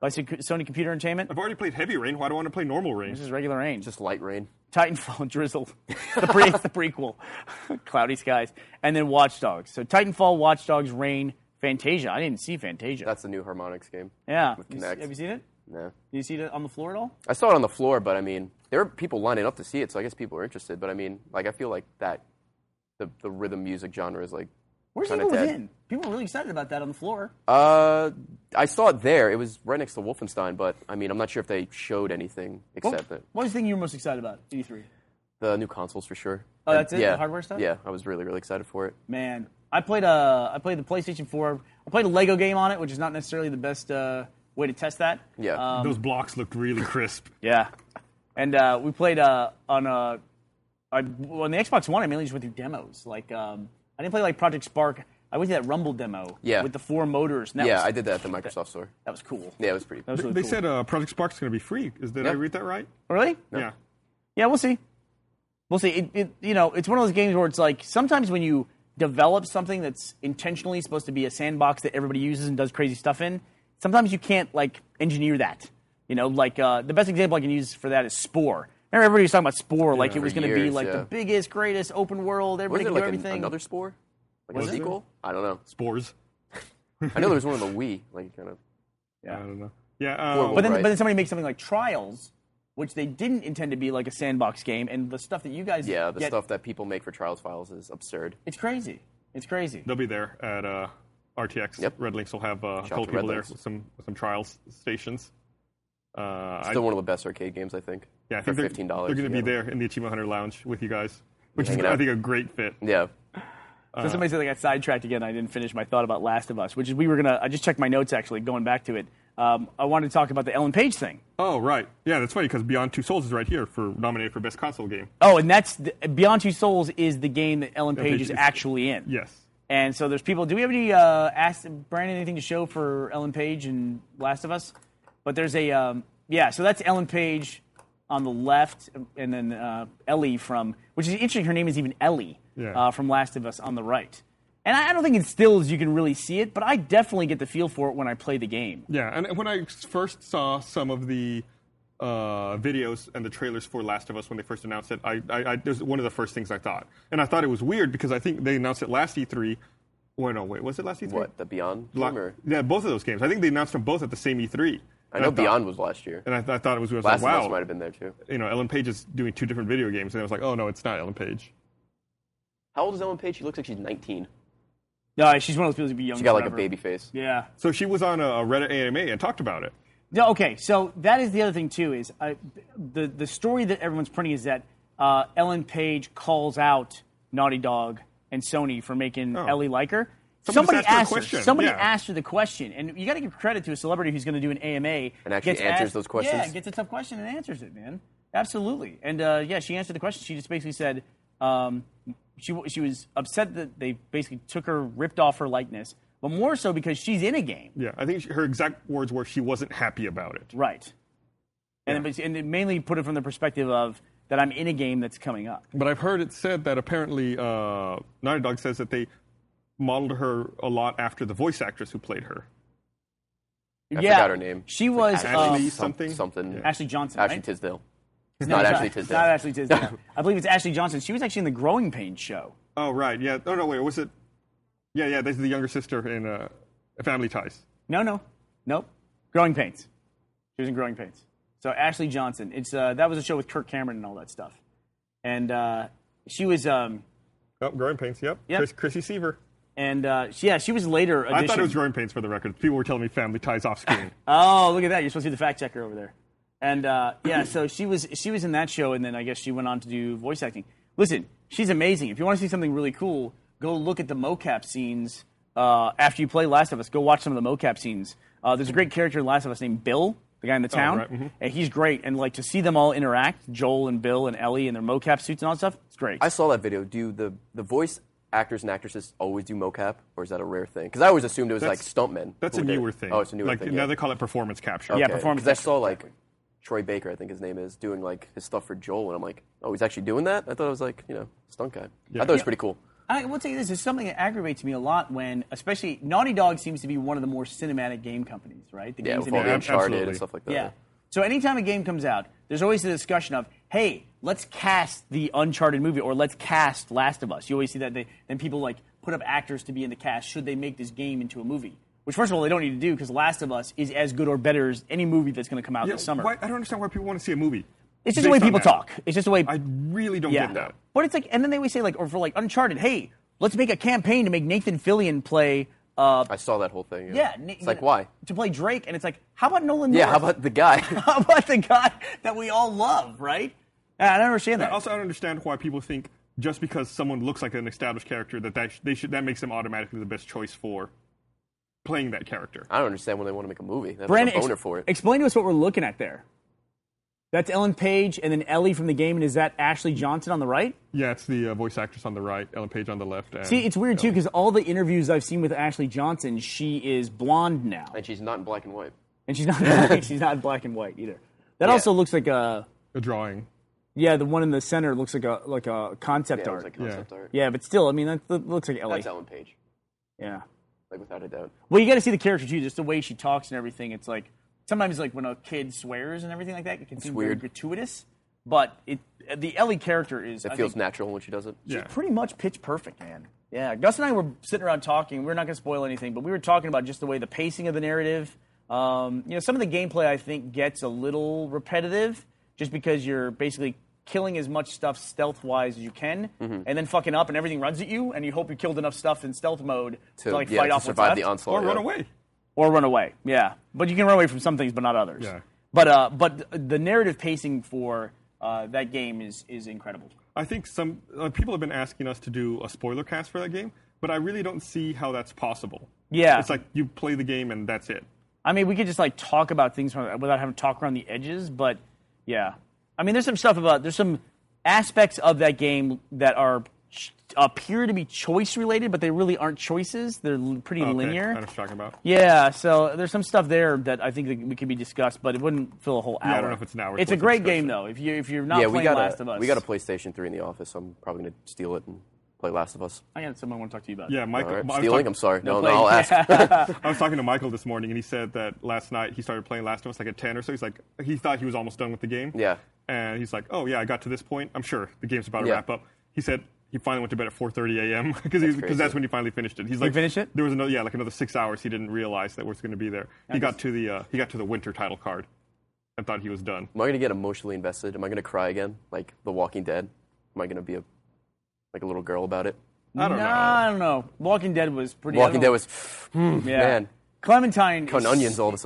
by Sony Sony Computer Entertainment.
I've already played Heavy Rain. Why do I want to play Normal Rain?
This is regular Rain.
Just light rain.
Titanfall, Drizzle, the, pre- it's the prequel, Cloudy Skies, and then Watch Dogs. So Titanfall, Watch Dogs, Rain, Fantasia. I didn't see Fantasia.
That's the new Harmonix game.
yeah.
with
You s-
Kinect.
have you seen it?
No.
Did you see it on the floor at all?
I saw it on the floor, but I mean, there were people lining up to see it, so I guess people are interested. But I mean, like, I feel like that, the, the rhythm music genre is like.
Where's
kinda
Evil
dead.
Within? People were really excited about that on the floor.
Uh, I saw it there. It was right next to Wolfenstein, but I mean, I'm not sure if they showed anything except that
What was the thing you were most excited about? E E3.
the new consoles for sure.
Oh, that's it?
Yeah,
The hardware stuff?
Yeah, I was really, really excited for it.
Man, I played a I played the PlayStation 4. I played a Lego game on it, which is not necessarily the best uh, way to test that. Uh,
Yeah,
Um,
Those blocks looked really crisp.
Yeah. And uh, we played uh, on uh, I, on the Xbox One. I mainly just went through demos. Like um, I didn't play like Project Spark. I went to that Rumble demo.
Yeah.
With the four motors. And that
yeah,
was,
I did that at the Microsoft store.
That was cool.
Yeah, it was pretty.
That was really
they
cool.
said uh, Project Spark's going to be free. Is did I
Yeah.
read that right?
really?
Yeah.
Yeah, we'll see. We'll see. It, it, you know, it's one of those games where it's like sometimes when you develop something that's intentionally supposed to be a sandbox that everybody uses and does crazy stuff in, sometimes you can't like engineer that. You know, like uh, the best example I can use for that is Spore. Remember everybody was talking about Spore, like it was
For
going to be
years,
like the
yeah.
biggest, greatest open world.
Was
Everybody
there
could
like
do
an-
everything.
another Spore? Like
Was
a
there?
sequel? I don't know.
Spores.
I know there was one on the Wii. Like, kind of.
I don't know. Yeah. Um,
But then,
Right.
but then somebody makes something like Trials, which they didn't intend to be like a sandbox game, and the stuff that you guys
Yeah, the
get-
stuff that people make for Trials Files is absurd.
it's crazy. It's crazy.
They'll be there at uh, RTX.
Yep.
Red Links will have uh,
out
told
to
people
Red
there
Links.
with some with some trials stations. Uh, I-
Still one of the best arcade games, I think.
Yeah, I
For
think they're,
$15
they're going to be
you get
there in the Achievement Hunter Lounge with you guys, which is
Hanging
I
out.
think a great fit.
Yeah.
So somebody said I got sidetracked again. I didn't finish my thought about Last of Us, which is we were gonna. I just checked my notes actually, going back to it. Um, I wanted to talk about the Ellen Page thing.
Oh right, yeah, that's funny because Beyond Two Souls is right here for nominated for best console game.
Oh, and that's the, Beyond Two Souls is the game that Ellen Page
Page
is
is-
actually in.
Yes.
And so there's people. Do we have any uh, ask Brandon anything to show for Ellen Page and Last of Us? But there's a um, yeah. So that's Ellen Page on the left, and then uh, Ellie from which is interesting. Her name is even Ellie
Yeah.
uh, from Last of Us on the right. And I I don't think in stills you can really see it, but I definitely get the feel for it when I play the game.
Yeah, and when I first saw some of the uh, videos and the trailers for Last of Us when they first announced it, I, I, I it was one of the first things I thought, and I thought it was weird because I think they announced it last E3. Wait, no, wait, was it last E3?
What the Beyond?
La-
game, or-
yeah, both of those games. I think they announced them both at the same E3.
I
And
know
thought-
Beyond was last year.
And I, th- I thought it was, I was
Last
like,
of
wow,
Us might have been there too.
you know, Ellen Page is doing two different video games, and I was like, oh no, it's not Ellen Page.
How old is Ellen Page? She looks like she's 19.
No, she's one of those people who be young.
She got like a
forever.
baby face.
Yeah.
So she was on a, a Reddit AMA and talked about it.
No, okay. So that is the other thing too is I, the the story that everyone's printing is that uh, Ellen Page calls out Naughty Dog and Sony for making
Oh.
Ellie like her.
Somebody
Somebody,
just asked her a
asked, her.
question,
Somebody
yeah.
asked her the question, and you got to give credit to a celebrity who's going to do an AMA and
actually answers those questions.
Yeah, gets a tough question and answers it, man. Absolutely. And uh, yeah, she answered the question. She just basically said um, she w- she was upset that they basically took her, ripped off her likeness, but more so because she's in a game.
Yeah, I think she, her exact words were she wasn't happy about it.
Right. And, it, and it mainly put it from the perspective of that I'm in a game that's coming up.
But I've heard it said that apparently uh, Naughty Dog says that they modeled her a lot after the voice actress who played her.
I
yeah,
forgot her name.
She
It's
was
like
Ashley
um,
some-
something?
Something.
Yeah.
Ashley Johnson.
Ashley
right?
Tisdale. It's
No,
not
it's
Ashley
It's
Tisdale.
not Ashley Tisdale. I believe it's Ashley Johnson. She was actually in the Growing Pains show.
Oh right, yeah. Oh no, wait, was it? Yeah, yeah. This is the younger sister in uh, Family Ties.
No, no, nope. Growing Pains. She was in Growing Pains. So Ashley Johnson. It's uh, that was a show with Kirk Cameron and all that stuff. And uh, she was, um,
Oh, Growing Pains. Yep.
Yep.
Chris, Chrissy Seaver.
and uh, she- yeah, she was later. Auditioned.
I thought it was Growing Pains for the record. People were telling me Family Ties off screen.
Oh, look at that! You're supposed to be the fact checker over there. And uh, yeah, so she was she was in that show, and then I guess she went on to do voice acting. Listen, she's amazing. If you want to see something really cool, go look at the mocap scenes uh, after you play Last of Us. Go watch some of the mocap scenes. Uh, there's a great character in Last of Us named Bill, the guy in the town,
right, mhm.
and he's great. And like to see them all interact, Joel and Bill and Ellie and their mocap suits and all that stuff, it's great.
I saw that video. Do the the voice actors and actresses always do mocap, or is that a rare thing? Because I always assumed it was
That's-
like stuntmen.
That's
who
a
did it.
newer thing.
Oh, it's a newer
like,
thing.
Now
yeah.
they call it performance capture.
Yeah, performance
Because I saw
capture,
like Troy Baker, I think his name is, doing like his stuff for Joel, and I'm like, oh, he's actually doing that. I thought it was like you know stunt guy. I thought it was pretty cool.
I will tell you this: it's something that aggravates me a lot when, especially Naughty Dog, seems to be one of the more cinematic game companies, right? The
Yeah,
games
with
they
all
make-
the Uncharted
absolutely.
and stuff like that.
Yeah. So anytime a game comes out, there's always the discussion of, hey, let's cast the Uncharted movie or let's cast Last of Us. You always see that. They, then people like put up actors to be in the cast. Should they make this game into a movie? Which, first of all, they don't need to do because Last of Us is as good or better as any movie that's going to come out
Yeah,
this summer.
why- I don't understand why people want to see a movie.
It's just
based
the way
on
people
that.
talk. It's just the way
I really don't get that.
but it's like, and then they always say like, or for like Uncharted, hey, let's make a campaign to make Nathan Fillion play. Uh,
I saw that whole thing.
yeah, Na-
it's like why?
to play Drake? And it's like, how about Nolan?
Yeah, how
North?
about the guy?
how about the guy that we all love, right? Ah, I don't understand that.
I also don't understand why people think just because someone looks like an established character that that, sh- they should, that makes them automatically the best choice for playing that character.
I don't understand when they want to make a movie. That's
Brandon,
a
ex-
boner for it.
explain to us what we're looking at there. That's Ellen Page and then Ellie from the game, and is that Ashley Johnson on the right?
Yeah, it's the uh, voice actress on the right, Ellen Page on the left. And
See, it's weird too
Ellen.
because all the interviews I've seen with Ashley Johnson, she is blonde now,
and she's not in black and white.
and she's not she's not black and white either. That
Yeah.
also looks like a
a drawing.
Yeah, the one in the center looks like a like a concept
Yeah, it
art.
was like concept art.
yeah, but still, I mean, that, that looks like Ellie.
That's Ellen Page,
Yeah.
like without a doubt.
Well, you got to see the character too, just the way she talks and everything. It's like sometimes like when a kid swears and everything like that, it can seem
weird.
very gratuitous. But it the Ellie character is
It
I
feels
think,
natural when she does it.
Yeah.
pretty much pitch perfect, man. Yeah, Gus and I were sitting around talking. We're not going to spoil anything, but we were talking about just the way the pacing of the narrative. Um, you know, some of the gameplay I think gets a little repetitive, just because you're basically killing as much stuff stealth wise as you can,
Mm-hmm.
and then fucking up, and everything runs at you, and you hope you killed enough stuff in stealth mode to,
To,
like
yeah,
fight
to
off what's
survive the
left.
onslaught.
Or
yeah.
run away.
or run away. Yeah, but you can run away from some things, but not others.
Yeah.
But uh, but th- the narrative pacing for uh, that game is is incredible.
I think some uh, people have been asking us to do a spoiler cast for that game, but I really don't see how that's possible.
Yeah.
it's like you play the game and that's it.
I mean, we could just like talk about things from, without having to talk around the edges, but yeah. I mean, there's some stuff about there's some aspects of that game that are ch- appear to be choice related, but they really aren't choices. They're l- pretty
Okay, I
linear.
know what you're talking about. Yeah,
Yeah, so there's some stuff there that I think that we could be discussed, but it wouldn't fill a whole hour.
I don't know if it's an hour
It's a
worth of
great game
discussion.
though. If you if you're not
yeah, we
playing
got
Last
a
of Us,
we got a PlayStation 3 in the office. so I'm probably gonna steal it and play Last of Us.
I got someone I want to talk to you about.
Michael.
All right,
I was
stealing.
talk-
I'm sorry. No, no,
playing.
I'll ask.
I was talking to Michael this morning, and he said that last night he started playing Last of Us like at 10 or so. He's like, he thought he was almost done with the game.
Yeah.
And he's like, oh yeah, I got to this point. I'm sure the game's about to
Yeah.
wrap up. He said he finally went to bed at 4:30 a.m. because
crazy.
because that's when he finally finished it. He's like,
finished it?
There was another yeah, like another six hours. He didn't realize that was going to be there. He got to the uh, he got to the winter title card, and thought he was done.
Am I gonna get emotionally invested? Am I gonna cry again, like The Walking Dead? Am I gonna be a like a little girl about it?
I don't
Nah,
know.
I don't know. Walking Dead was pretty. I
Walking
don't
Dead
know.
was, hmm,
yeah.
man,
Clementine.
cutting
is-
onions all of a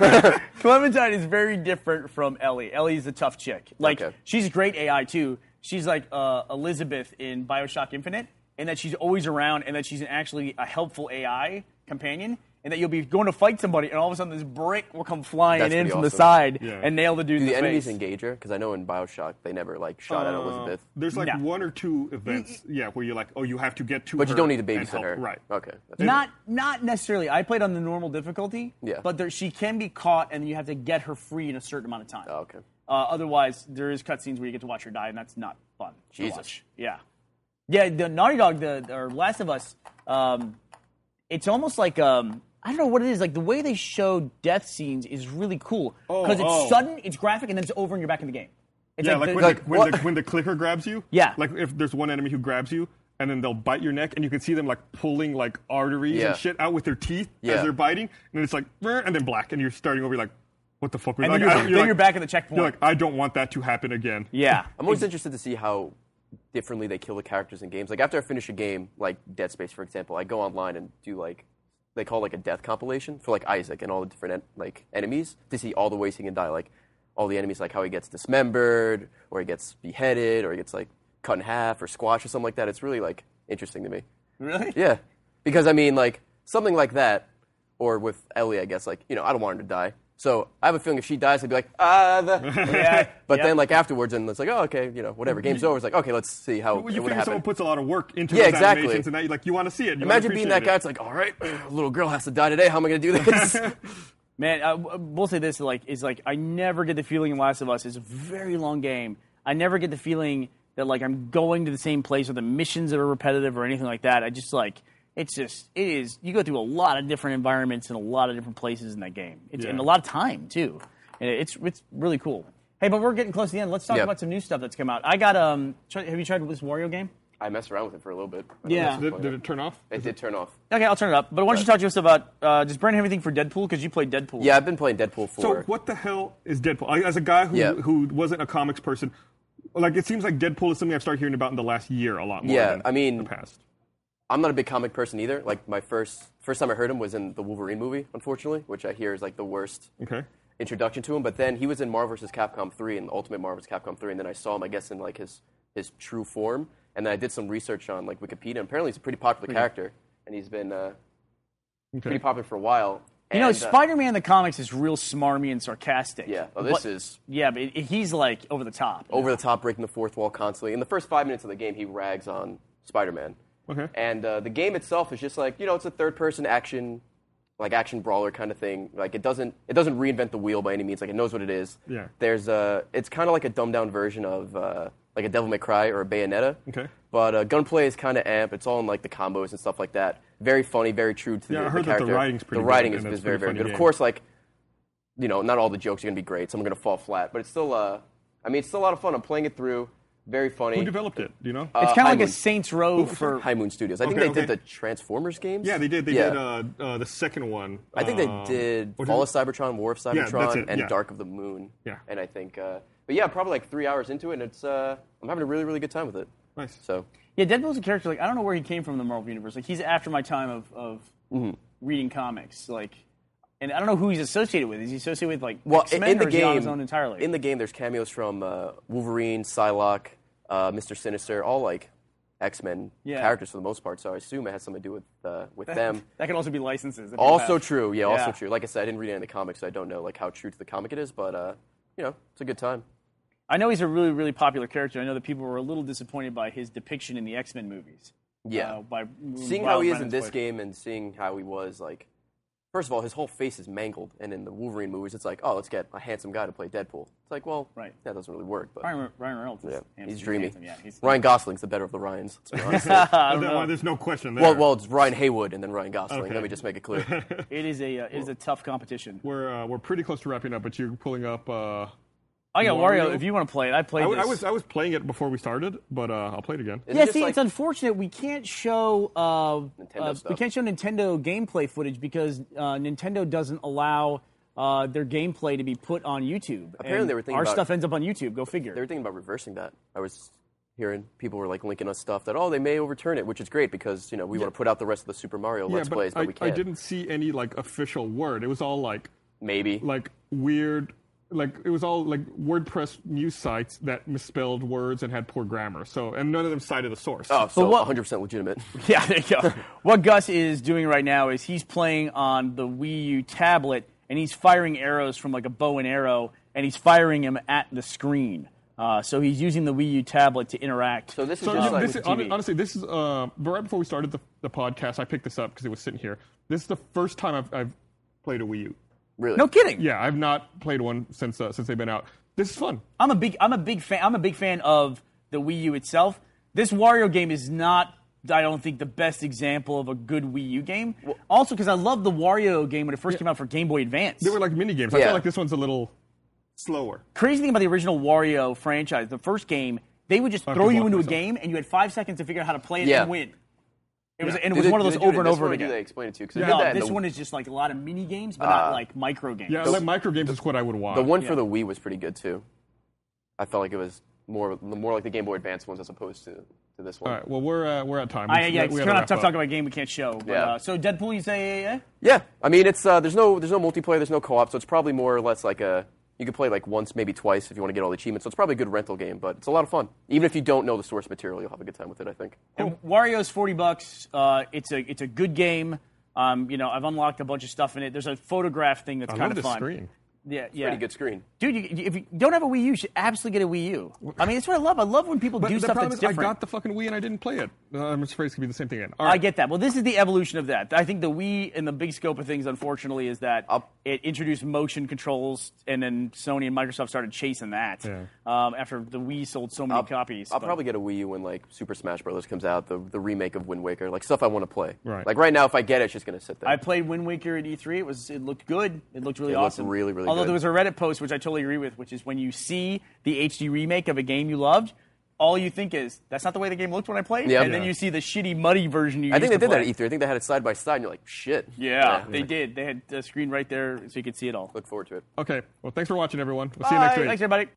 sudden.
Clementine is very different from Ellie. Ellie's a tough chick. Like
Okay.
she's great AI too. She's like uh, Elizabeth in Bioshock Infinite, and that she's always around, and that she's actually a helpful AI companion, and that you'll be going to fight somebody, and all of a sudden this brick will come flying
That's
in
pretty
from the
awesome.
side
Yeah.
and nail the dude
Do
in
the
the
enemies
face.
engage her? Because I know in Bioshock they never like shot at Elizabeth.
Uh, There's like
No.
one or two events, yeah, where you're like, oh, you have to get to
But you
her
don't need to
and
babysit
help-
her.
right?
Okay. That's
Not not necessarily. I played on the normal difficulty.
Yeah.
But there, she can be caught, and you have to get her free in a certain amount of time.
Oh, okay.
Uh, otherwise, there is cutscenes where you get to watch her die, and that's not fun. to
Jesus.
watch. Yeah. Yeah. The Naughty Dog, the or Last of Us, um, it's almost like um, I don't know what it is. Like the way they show death scenes is really cool because it's
oh.
sudden, it's graphic, and then it's over, and you're back in the game. It's
Yeah, like,
the-
when, the, when, the, when the clicker grabs you.
Yeah.
Like if there's one enemy who grabs you, and then they'll bite your neck, and you can see them like pulling like arteries
Yeah.
and shit out with their teeth
Yeah.
as they're biting, and it's like, "Brr," and then black, and you're starting over. You're like, what the fuck? was
And
like,
then you're-
I-
uh, then
like-
you're back at the checkpoint.
You're like, I don't want that to happen again.
yeah.
I'm always interested to see how differently they kill the characters in games. Like after I finish a game, like Dead Space, for example, I go online and do like they call like a death compilation for like Isaac and all the different en- like enemies to see all the ways he can die. Like all the enemies, like how he gets dismembered, or he gets beheaded, or he gets like cut in half, or squashed, or something like that. It's really like interesting to me.
Really?
Yeah, because I mean, like something like that, or with Ellie, I guess. Like you know, I don't want her to die, so I have a feeling if she dies, I'd be like, ah. The...
Yeah.
But
yeah.
then, like afterwards, and it's like, oh, okay, you know, whatever. Game's over. It's like, okay, let's see how
Well,
it
you
would
figure someone
happen.
puts a lot of work into
Yeah,
those
exactly.
animations, and that you like, you want to see it. You wanna
Imagine being that
appreciate
guy.
it.
It's like, all right, little girl has to die today. How am I going to do this?
Man, I, I will say this: like, is like I never get the feeling in Last of Us. It's a very long game. I never get the feeling that like I'm going to the same place or the missions are repetitive or anything like that. I just like it's just it is. You go through a lot of different environments and a lot of different places in that game, it's, and
Yeah.
a lot of time too. And it's it's really cool. Hey, but we're getting close to the end. Let's talk
Yeah.
about some new stuff that's come out. I got um. Try, have you tried this Wario game?
I messed around with it for a little bit. I don't
Yeah.
know if it's
Did,
funny.
did it turn off?
It did turn off.
Okay, I'll turn it up. But why don't you talk to us about uh, does Brandon have anything for Deadpool? Because you played Deadpool.
Yeah, I've been playing Deadpool for.
So what the hell is Deadpool? I, as a guy who
Yeah.
who wasn't a comics person, like it seems like Deadpool is something I've started hearing about in the last year a lot more.
Yeah,
than
I mean-
the past.
I'm not a big comic person either. Like my first first time I heard him was in the Wolverine movie, unfortunately, which I hear is like the worst
Okay.
introduction to him. But then he was in Marvel vs. Capcom 3 and Ultimate Marvel vs. Capcom 3, and then I saw him, I guess, in like his his true form. And then I did some research on like Wikipedia. And apparently, he's a pretty popular character, and he's been uh, pretty popular for a while.
You know,
And, uh,
Spider Man in the comics is real smarmy and sarcastic.
Yeah, oh, this
But-
is- Oh,
Yeah, but it- he's like over the top.
over the top, breaking the fourth wall constantly. In the first five minutes of the game, he rags on Spider-Man.
Okay.
And uh, the game itself is just like you know, it's a third-person action, like action brawler kind of thing. Like it doesn't it doesn't reinvent the wheel by any means. Like it knows what it is.
Yeah.
There's a it's kind of like a dumbed-down version of uh, like a Devil May Cry or a Bayonetta.
Okay.
But uh, gunplay is kind of amp. It's all in like the combos and stuff like that. Very funny, very true to
Yeah,
the,
I heard
the
that the
character.
writing's pretty
the
good,
writing
and
is,
that's
is very
pretty
very
funny
good. Of
game.
course, like you know, not all the jokes are going to be great. Some are going to fall flat, but it's still, uh, I mean, it's still a lot of fun. I'm playing it through. Very funny.
Who developed it? Do you know?
it's kind
High
of like
Moon.
a Saints Row for.
High Moon Studios. I think
Okay,
they did
okay.
the Transformers games.
yeah, they did. They
Yeah.
did uh, uh, the second one.
I think
um,
they did
what
Fall
it-
of Cybertron, War of
that's
Cybertron,
it,
and
yeah.
Dark of the Moon.
Yeah.
And I think, uh, but yeah, probably like three hours into it, and it's, uh, I'm having a really, really good time with it.
Nice.
So,
Yeah, Deadpool's a character. Like I don't know
Mm-hmm.
where he came from in the Marvel universe. Like he's after my time of of reading comics. Like And I don't know who he's associated with. Is he associated with like
Well,
X-Men
in the
or is
game,
he on his own entirely?
in the game, there's cameos from uh, Wolverine, Psylocke, uh, Mister Sinister, all like X Men
Yeah.
characters for the most part. So I assume it has something to do with uh, with them.
that can also be licenses. that people
Also
have.
true, yeah,
Yeah.
also true. Like I said, I didn't read any of the comics, so I don't know like how true to the comic it is, but uh, you know, it's a good time.
I know he's a really, really popular character. I know that people were a little disappointed by his depiction in the X Men movies.
Yeah.
Uh, by
seeing how he is in this game and seeing how he was like first of all his whole face is mangled and in the wolverine movies it's like oh let's get a handsome guy to play deadpool it's like well
Right.
that doesn't really work but
Ryan, Ryan Reynolds. Is
yeah,
handsome.
he's dreamy
handsome, Yeah, he's,
ryan gosling's the better of the ryans let's be honest.
Uh, I don't
That-
know.
There's no question there.
well, well it's ryan haywood and then ryan gosling
Okay.
let me just make it clear
It is a uh, it is a tough competition.
we're uh, we're pretty close to wrapping up, but you're pulling up. Uh,
I got
Mario-
Wario. If you want to play it, I
I,
played
w-
this.
I was I was playing it before we started, but uh, I'll play it again.
Is it
yeah,
just
see,
like-
it's unfortunate we can't show uh, uh, we
stuff.
can't show Nintendo gameplay footage because uh, Nintendo doesn't allow uh, their gameplay to be put on YouTube.
Apparently
And
they were thinking
our
about-
stuff ends up on YouTube. Go figure.
they were thinking about reversing that i was hearing people were like linking us stuff that oh they may overturn it which is great because you know we want to put out the rest of the super mario let's
yeah,
plays
but
but
I,
we
I
can't
didn't see any like official word. It was all like
maybe
like weird, like it was all like WordPress news sites that misspelled words and had poor grammar. So and none of them cited the source.
oh so
what-
100% legitimate
Yeah, there you go. what Gus is doing right now is he's playing on the Wii U tablet and he's firing arrows from like a bow and arrow and he's firing them at the screen. Uh, so he's using the Wii U tablet to interact.
so this is
So
just
yeah,
like
this is,
with TV.
hon- honestly, this is uh, but right before we started the, the podcast, I picked this up because it was sitting here. This is the first time I've, I've played a Wii U.
really
no kidding.
Yeah, I've not played one since uh, since they've been out. This is fun.
I'm a big I'm a big fan I'm a big fan of the Wii U itself. This Wario game is not I don't think the best example of a good Wii U game. also because I love the Wario game when it first came out for Game Boy Advance.
They were like mini games. I
Yeah.
feel like this one's a little slower.
crazy thing about the original Wario franchise, the first game, they would just throw
people
you
walk
into a
myself.
game and you had five seconds to figure out how to play it
Yeah.
and win. It was
Yeah.
and it
Do
was
they-
one of
do
those
they do
over
it
and
this
over
way or
again.
Do they explain it to you? 'Cause they did
no,
that in
this
the-
one is just like a lot of mini games, but not like micro games.
Yeah, like micro games is what I would watch.
The one
Yeah.
for the Wii was pretty good too. I felt like it was more more like the Game Boy Advance ones as opposed to, to this one.
All right. Well, we're uh, we're at time.
I, yeah,
we
it's
gotta
kind of
wrap
tough
up.
talking about a game we can't show. But,
Yeah.
uh, so Deadpool, you say, eh, eh?
Yeah, I mean it's uh, there's no there's no multiplayer, there's no co-op, so it's probably more or less like a you could play like once maybe twice if you want to get all the achievements. So it's probably a good rental game, but it's a lot of fun. Even if you don't know the source material, you'll have a good time with it. I think.
And Wario's forty bucks. Uh, it's a it's a good game. Um, you know, I've unlocked a bunch of stuff in it. There's a photograph thing that's
I
kind
love
of
this
fun.
screen.
Yeah, yeah.
Pretty good screen.
Dude, you, if you don't have a Wii U, you should absolutely get a Wii U. I mean, that's what I love. I love when people
But
do
the
stuff
problem
that's
is,
different.
I got the fucking Wii and I didn't play it. Uh, I'm afraid it's gonna be the same thing again. All
I
right.
get that. Well, this is the evolution of that. I think the Wii and the big scope of things, unfortunately, is that
Up.
it introduced motion controls, and then Sony and Microsoft started chasing that
Yeah.
um, after the Wii sold so many copies.
I'll
but-
probably get a Wii U when like Super Smash Brothers comes out, the the remake of Wind Waker, like stuff I want to play.
Right.
Like right now, if I get it, it's just gonna sit there.
I played Wind Waker at E3. It was it looked good. It looked really
It looked
awesome.
really, really
Although
good.
there was a Reddit post which I totally agree with, which is when you see the HD remake of a game you loved, all you think is that's not the way the game looked when I played.
Yeah.
And then
Yeah.
you see the shitty muddy version you
I
used
think they
to
did that
play.
at E E3. I think they had it side by side, and you're like, shit.
Yeah,
it was
they
like,
did. They had a screen right there so you could see it all.
Look forward to it.
Okay. Well, thanks for watching, everyone. We'll see you next
Bye.
week.
Thanks everybody.